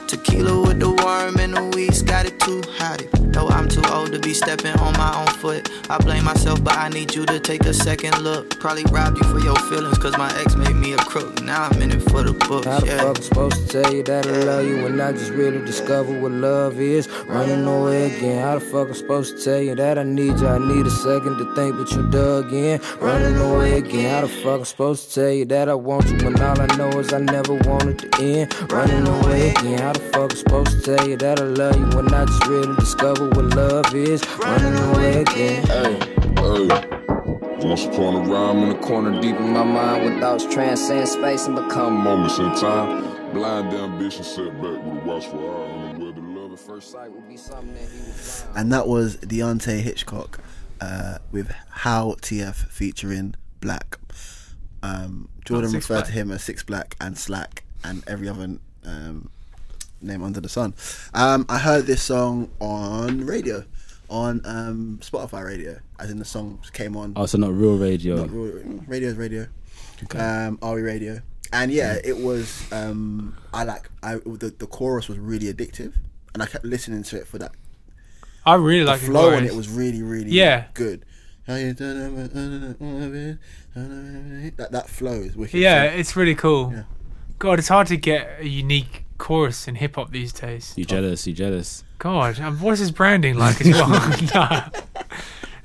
Tequila with the worm and the weeds got it too hot. Though I'm too old to be stepping on my own foot. I blame myself, but I need you to take a second look. Probably robbed you for your feelings, cause my ex made me a crook. Now I'm in it for the books. How the yeah. fuck I'm supposed to tell you that I love you when I just really discover what love is? Running away again. How the fuck I'm supposed to tell you that I need you? I need a second to think, but you dug in. Running away again. How the fuck I'm supposed to tell you that I want you when all I know is I never wanted to end? Running away again. How the fuck I'm supposed to tell you that I love you when I just really discover what love is? Running away again. Hey, hey. Once upon a rhyme in the corner, deep in my mind, with Thoughts transcend space and become moments in time. Blind ambition set back with a watchful eye on the weather. Love at first sight would be something that he was blind. And that was Deontay Hitchcock uh, with How TF featuring Black. Um, Jordan Six referred Black. to him as Six Black and Slack and every other um, name under the sun. Um, I heard this song on radio, on um, Spotify radio, as in the song came on. Oh, so not real radio. Not real- radio's radio. Um, RE radio. And Mm. yeah, it was. Um, I like. I the, the chorus was really addictive, and I kept listening to it for that I really like the flow it. on it was really, really Yeah. good. That, that flow is wicked. Yeah, So, it's really cool. Yeah. God, it's hard to get a unique chorus in hip hop these days. You jealous? You jealous? God, um, what is his branding like as well? nah.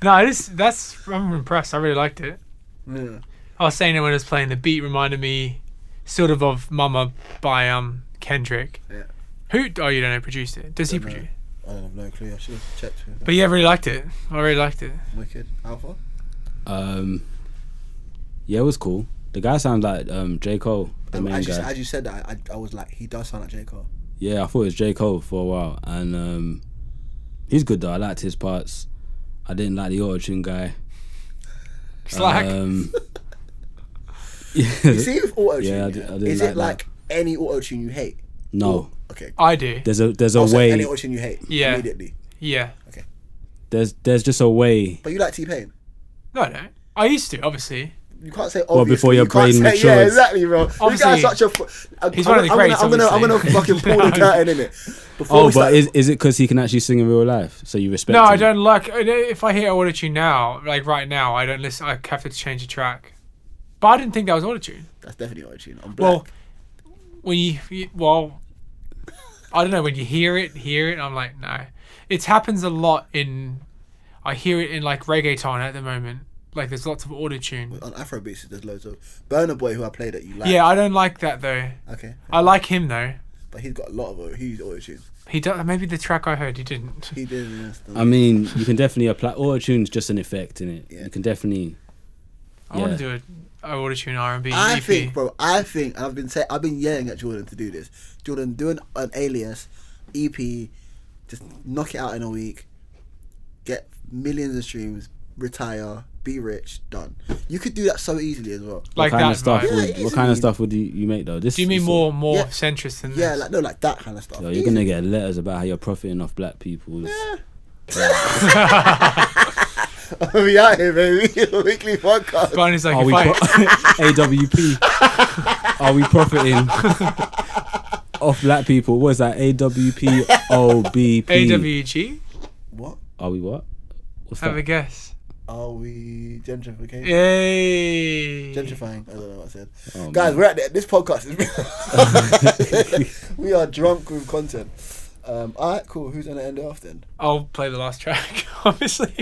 No, it is, that's, I'm impressed. I really liked it. yeah. I was saying it when I was playing, the beat reminded me sort of of Mama by um Kendrick. Yeah. Who, oh, you don't know, produced it. Does he Don't know. produce? I don't have no clue. I should have checked. with But yeah, I really liked it. I really liked it. Wicked Alpha. Um, yeah, it was cool. The guy sounds like um, J Cole, the Um, main as, you, guy. as you said that, I, I was like, he does sound like J Cole. Yeah, I thought it was J Cole for a while, and um, he's good though. I liked his parts. I didn't like the auto tune guy. Uh, Slack. Um, You see with auto tune, Yeah, yeah, I did- I didn't is like it that. like any auto tune you hate? no, Okay. I do. there's a there's a Also, any way. auto tune you hate Yeah. immediately. Yeah. There's there's just a way. But you like T Pain. No, I don't. I used to, obviously. You can't say obviously. before your you can't brain say, Yeah, matures. exactly, bro. You Obviously, guys such a. fu- I- he's I'm one of the gonna- greats, I'm gonna, I'm gonna, I'm gonna obviously. fucking pull the curtain in it. Before Oh, we but start- is is it because he can actually sing in real life? So you respect? No, I him? don't like. I don't- If I hear autotune now, like right now, I don't listen. I have to change the track. But I didn't think that was autotune. that's definitely auto tune. I'm black. Well, when you, you well, I don't know when you hear it, hear it. I'm like, no, it happens a lot in. I hear it in like reggaeton at the moment. Like there's lots of auto tune. On Afrobeats, there's loads of Burner Boy, who I played at you like. Yeah, I don't like that though. Okay. I like him though. But he's got a lot of uh, huge auto tunes. He does. Maybe the track I heard he didn't. He did. yes, the- I mean, you can definitely apply auto tune's just an effect in it. Yeah. You can definitely. I want to do a, a auto tune R and B E I EP. think, bro. I think and I've been say, I've been yelling at Jordan to do this. Jordan, do an, an alias EP, just knock it out in a week, get millions of streams, retire, be rich, done. You could do that so easily as well. What like kind that of stuff? vibe. Yeah, Would, what easily. kind of stuff would you, you make though? This Do you mean this- more more Yeah. centrist than yeah, this? like no, like that kind of stuff. Yo, you're gonna get letters about how you're profiting off black people's. gonna be out here, baby. Weekly podcast. Barney's like, Are if we I, pro- AWP? Are we profiting off black people? What is that? AWP OBP. AWG? What Are we what? What's Have a that? guess. are we gentrification? Yay! Gentrifying. I don't know what I said. Oh, Guys, man. we're at the, this podcast is. we are drunk with content. Um, all right, cool. Who's gonna end it off then? I'll play the last track, obviously.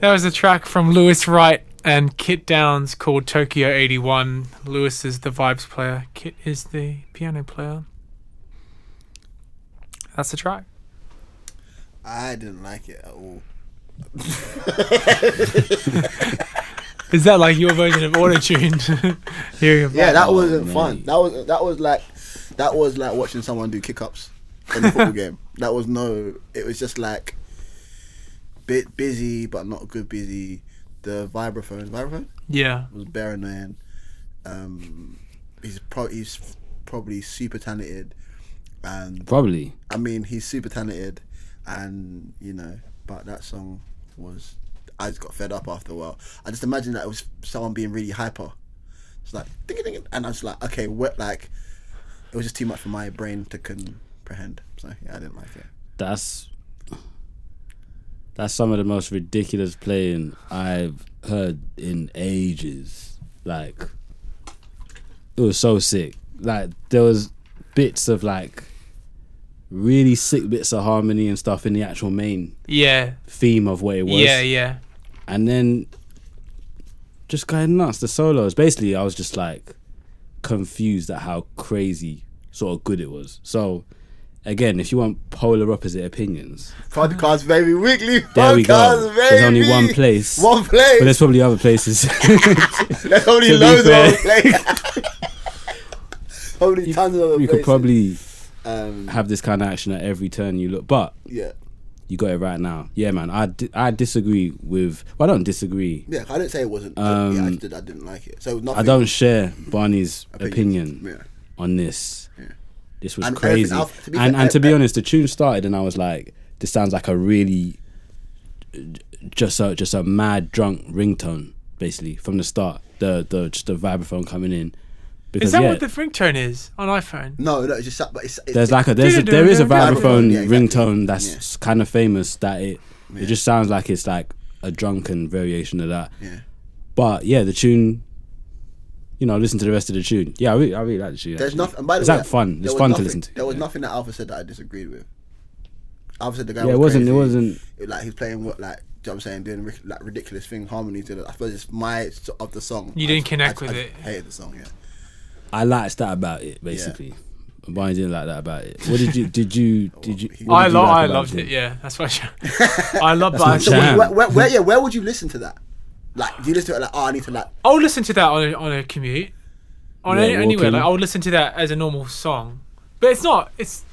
That was a track from Lewis Wright and Kit Downs called Tokyo 81. Lewis is the vibes player, Kit is the piano player. That's the track. I didn't like it at all. Is that like your version of auto tuned? Yeah, that Oh, wasn't mate. fun. That was that was like that was like watching someone do kick ups in a football game. That was no. It was just like bit busy, but not good busy. The vibraphone, vibraphone yeah. was bare annoying. Um, he's pro- he's probably super talented, and Probably. I mean he's super talented, and you know, but that song was. I just got fed up after a while. I just imagined that it was someone being really hyper. It's like ding ding, and I was like, okay, what? Like, it was just too much for my brain to comprehend. So yeah, I didn't like it. That's that's some of the most ridiculous playing I've heard in ages. Like it was so sick. Like there was bits of like really sick bits of harmony and stuff in the actual main Yeah. theme of what it was. Yeah, yeah. and then just going nuts. The solos, basically, I was just like confused at how crazy sort of good it was. So, again, if you want polar opposite opinions, Podcast baby weekly. there podcast, we go. Baby. There's only one place, One but there's place. probably other places. There's only to be loads of fair- other places. Only tons of other you could places. probably Um, have this kind of action at every turn you look, but yeah. you got it right now. Yeah, man. I, di- I disagree with. Well, I don't disagree. Yeah, I didn't say it wasn't. yeah, I, Um, just did, I didn't like it. So nothing. I don't share Barney's Opinions. opinion. Yeah. on this. This was And crazy. everything else- to be and fair, and to be ev- honest, the tune started and I was like, this sounds like a really just a just a mad drunk ringtone basically from the start. The the just the vibraphone coming in. Because Is that yeah, what the ringtone is on iPhone? No, no, it's just that. But it's, it's, there's like a there's a, there is a vibraphone Yeah, exactly. ringtone that's kind of famous that it it just sounds like it's like a drunken variation of that. Yeah. But yeah, the tune you know, listen to the rest of the tune. Yeah, I really, I really like the tune. There's actually. nothing. And by the It's way, like fun. there It's was fun to nothing- listen to. There was Yeah. nothing that Alpha said that I disagreed with. Alpha said the guy. was Yeah, it wasn't. Crazy. It wasn't. It, like he's playing what like. do you know what I'm saying doing ric- like ridiculous thing harmonies. did it. I suppose it's my s- of the song. I You didn't just- I connect just- with I just it. Hated the song. Yeah. I liked that about it, basically. But Barney didn't like that about it. What did you? Did you? Did you? Oh, what I, did lo- you like I about loved the it. tune? Yeah, that's why. I, I love my that. So where, Damn. where, where, where- yeah, where would you listen to that? Like, do you listen to it like, oh, I need to like, I'll listen to that on a, on a commute, on Yeah, any, anywhere. walking. Like I'll listen to that as a normal song, but it's not. It's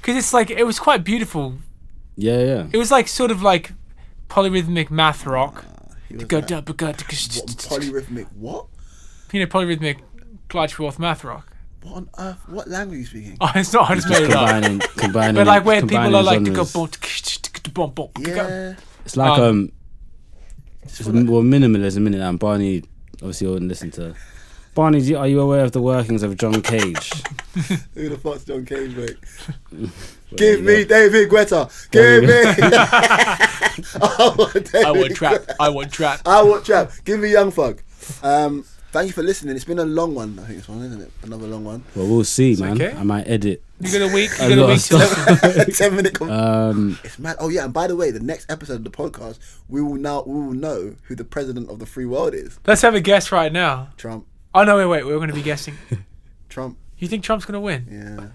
because it's like it was quite beautiful. Yeah, yeah. It was like sort of like polyrhythmic math rock. he was Go like, da- ba- ga- da- what, polyrhythmic. What? You know, polyrhythmic Gladschworth math rock. What on earth? What language are you speaking? Oh, it's not. I just made it up. Combining, combining. But like where people combining are like to go genres. bom- tsk- bom- bom- go- Yeah. It's like um, um, It's it's full of- well minimalism, minute and Barney obviously wouldn't listen to. Barney, do you- are you aware of the workings of John Cage? Who the fuck's John Cage, mate? Give me David Guetta. Give me. I want David I want Guetta. trap. I want trap. I want trap. Give me Young Thug. Um, thank you for listening. It's been a long one. I think this one, isn't it? Another long one. Well, we'll see, man. okay. I might edit You got a week. You a got a lot of week. To, stuff. Ten minute. Con- um, it's mad. Oh yeah. And by the way, the next episode of the podcast, we will now we will know who the president of the free world is. let's have a guess right now. Trump. Oh no! Wait, wait. We're going to be guessing. Trump. You think Trump's going to win? Yeah.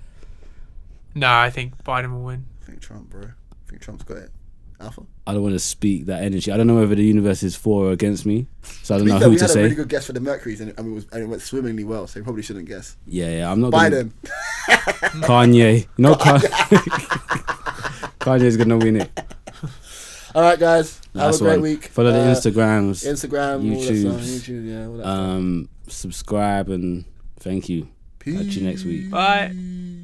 No, I think Biden will win. I think Trump, bro. I think Trump's got it. Alpha. I don't want to speak that energy. I don't know whether the universe is for or against me, so I don't To be know fair, who we to had a say. really good guess for the Mercury's, and it, and, it was, and it went swimmingly well. So you probably shouldn't guess. yeah, yeah. I'm not gonna- Biden. Kanye. No, Ka- Kanye's gonna win it. All right, guys. That's have a great one. week. Follow the Uh, Instagrams. Instagram, YouTube, all that YouTubes. stuff, YouTube, yeah, all that stuff. um, subscribe and thank you. Catch you next week. Bye. Peace.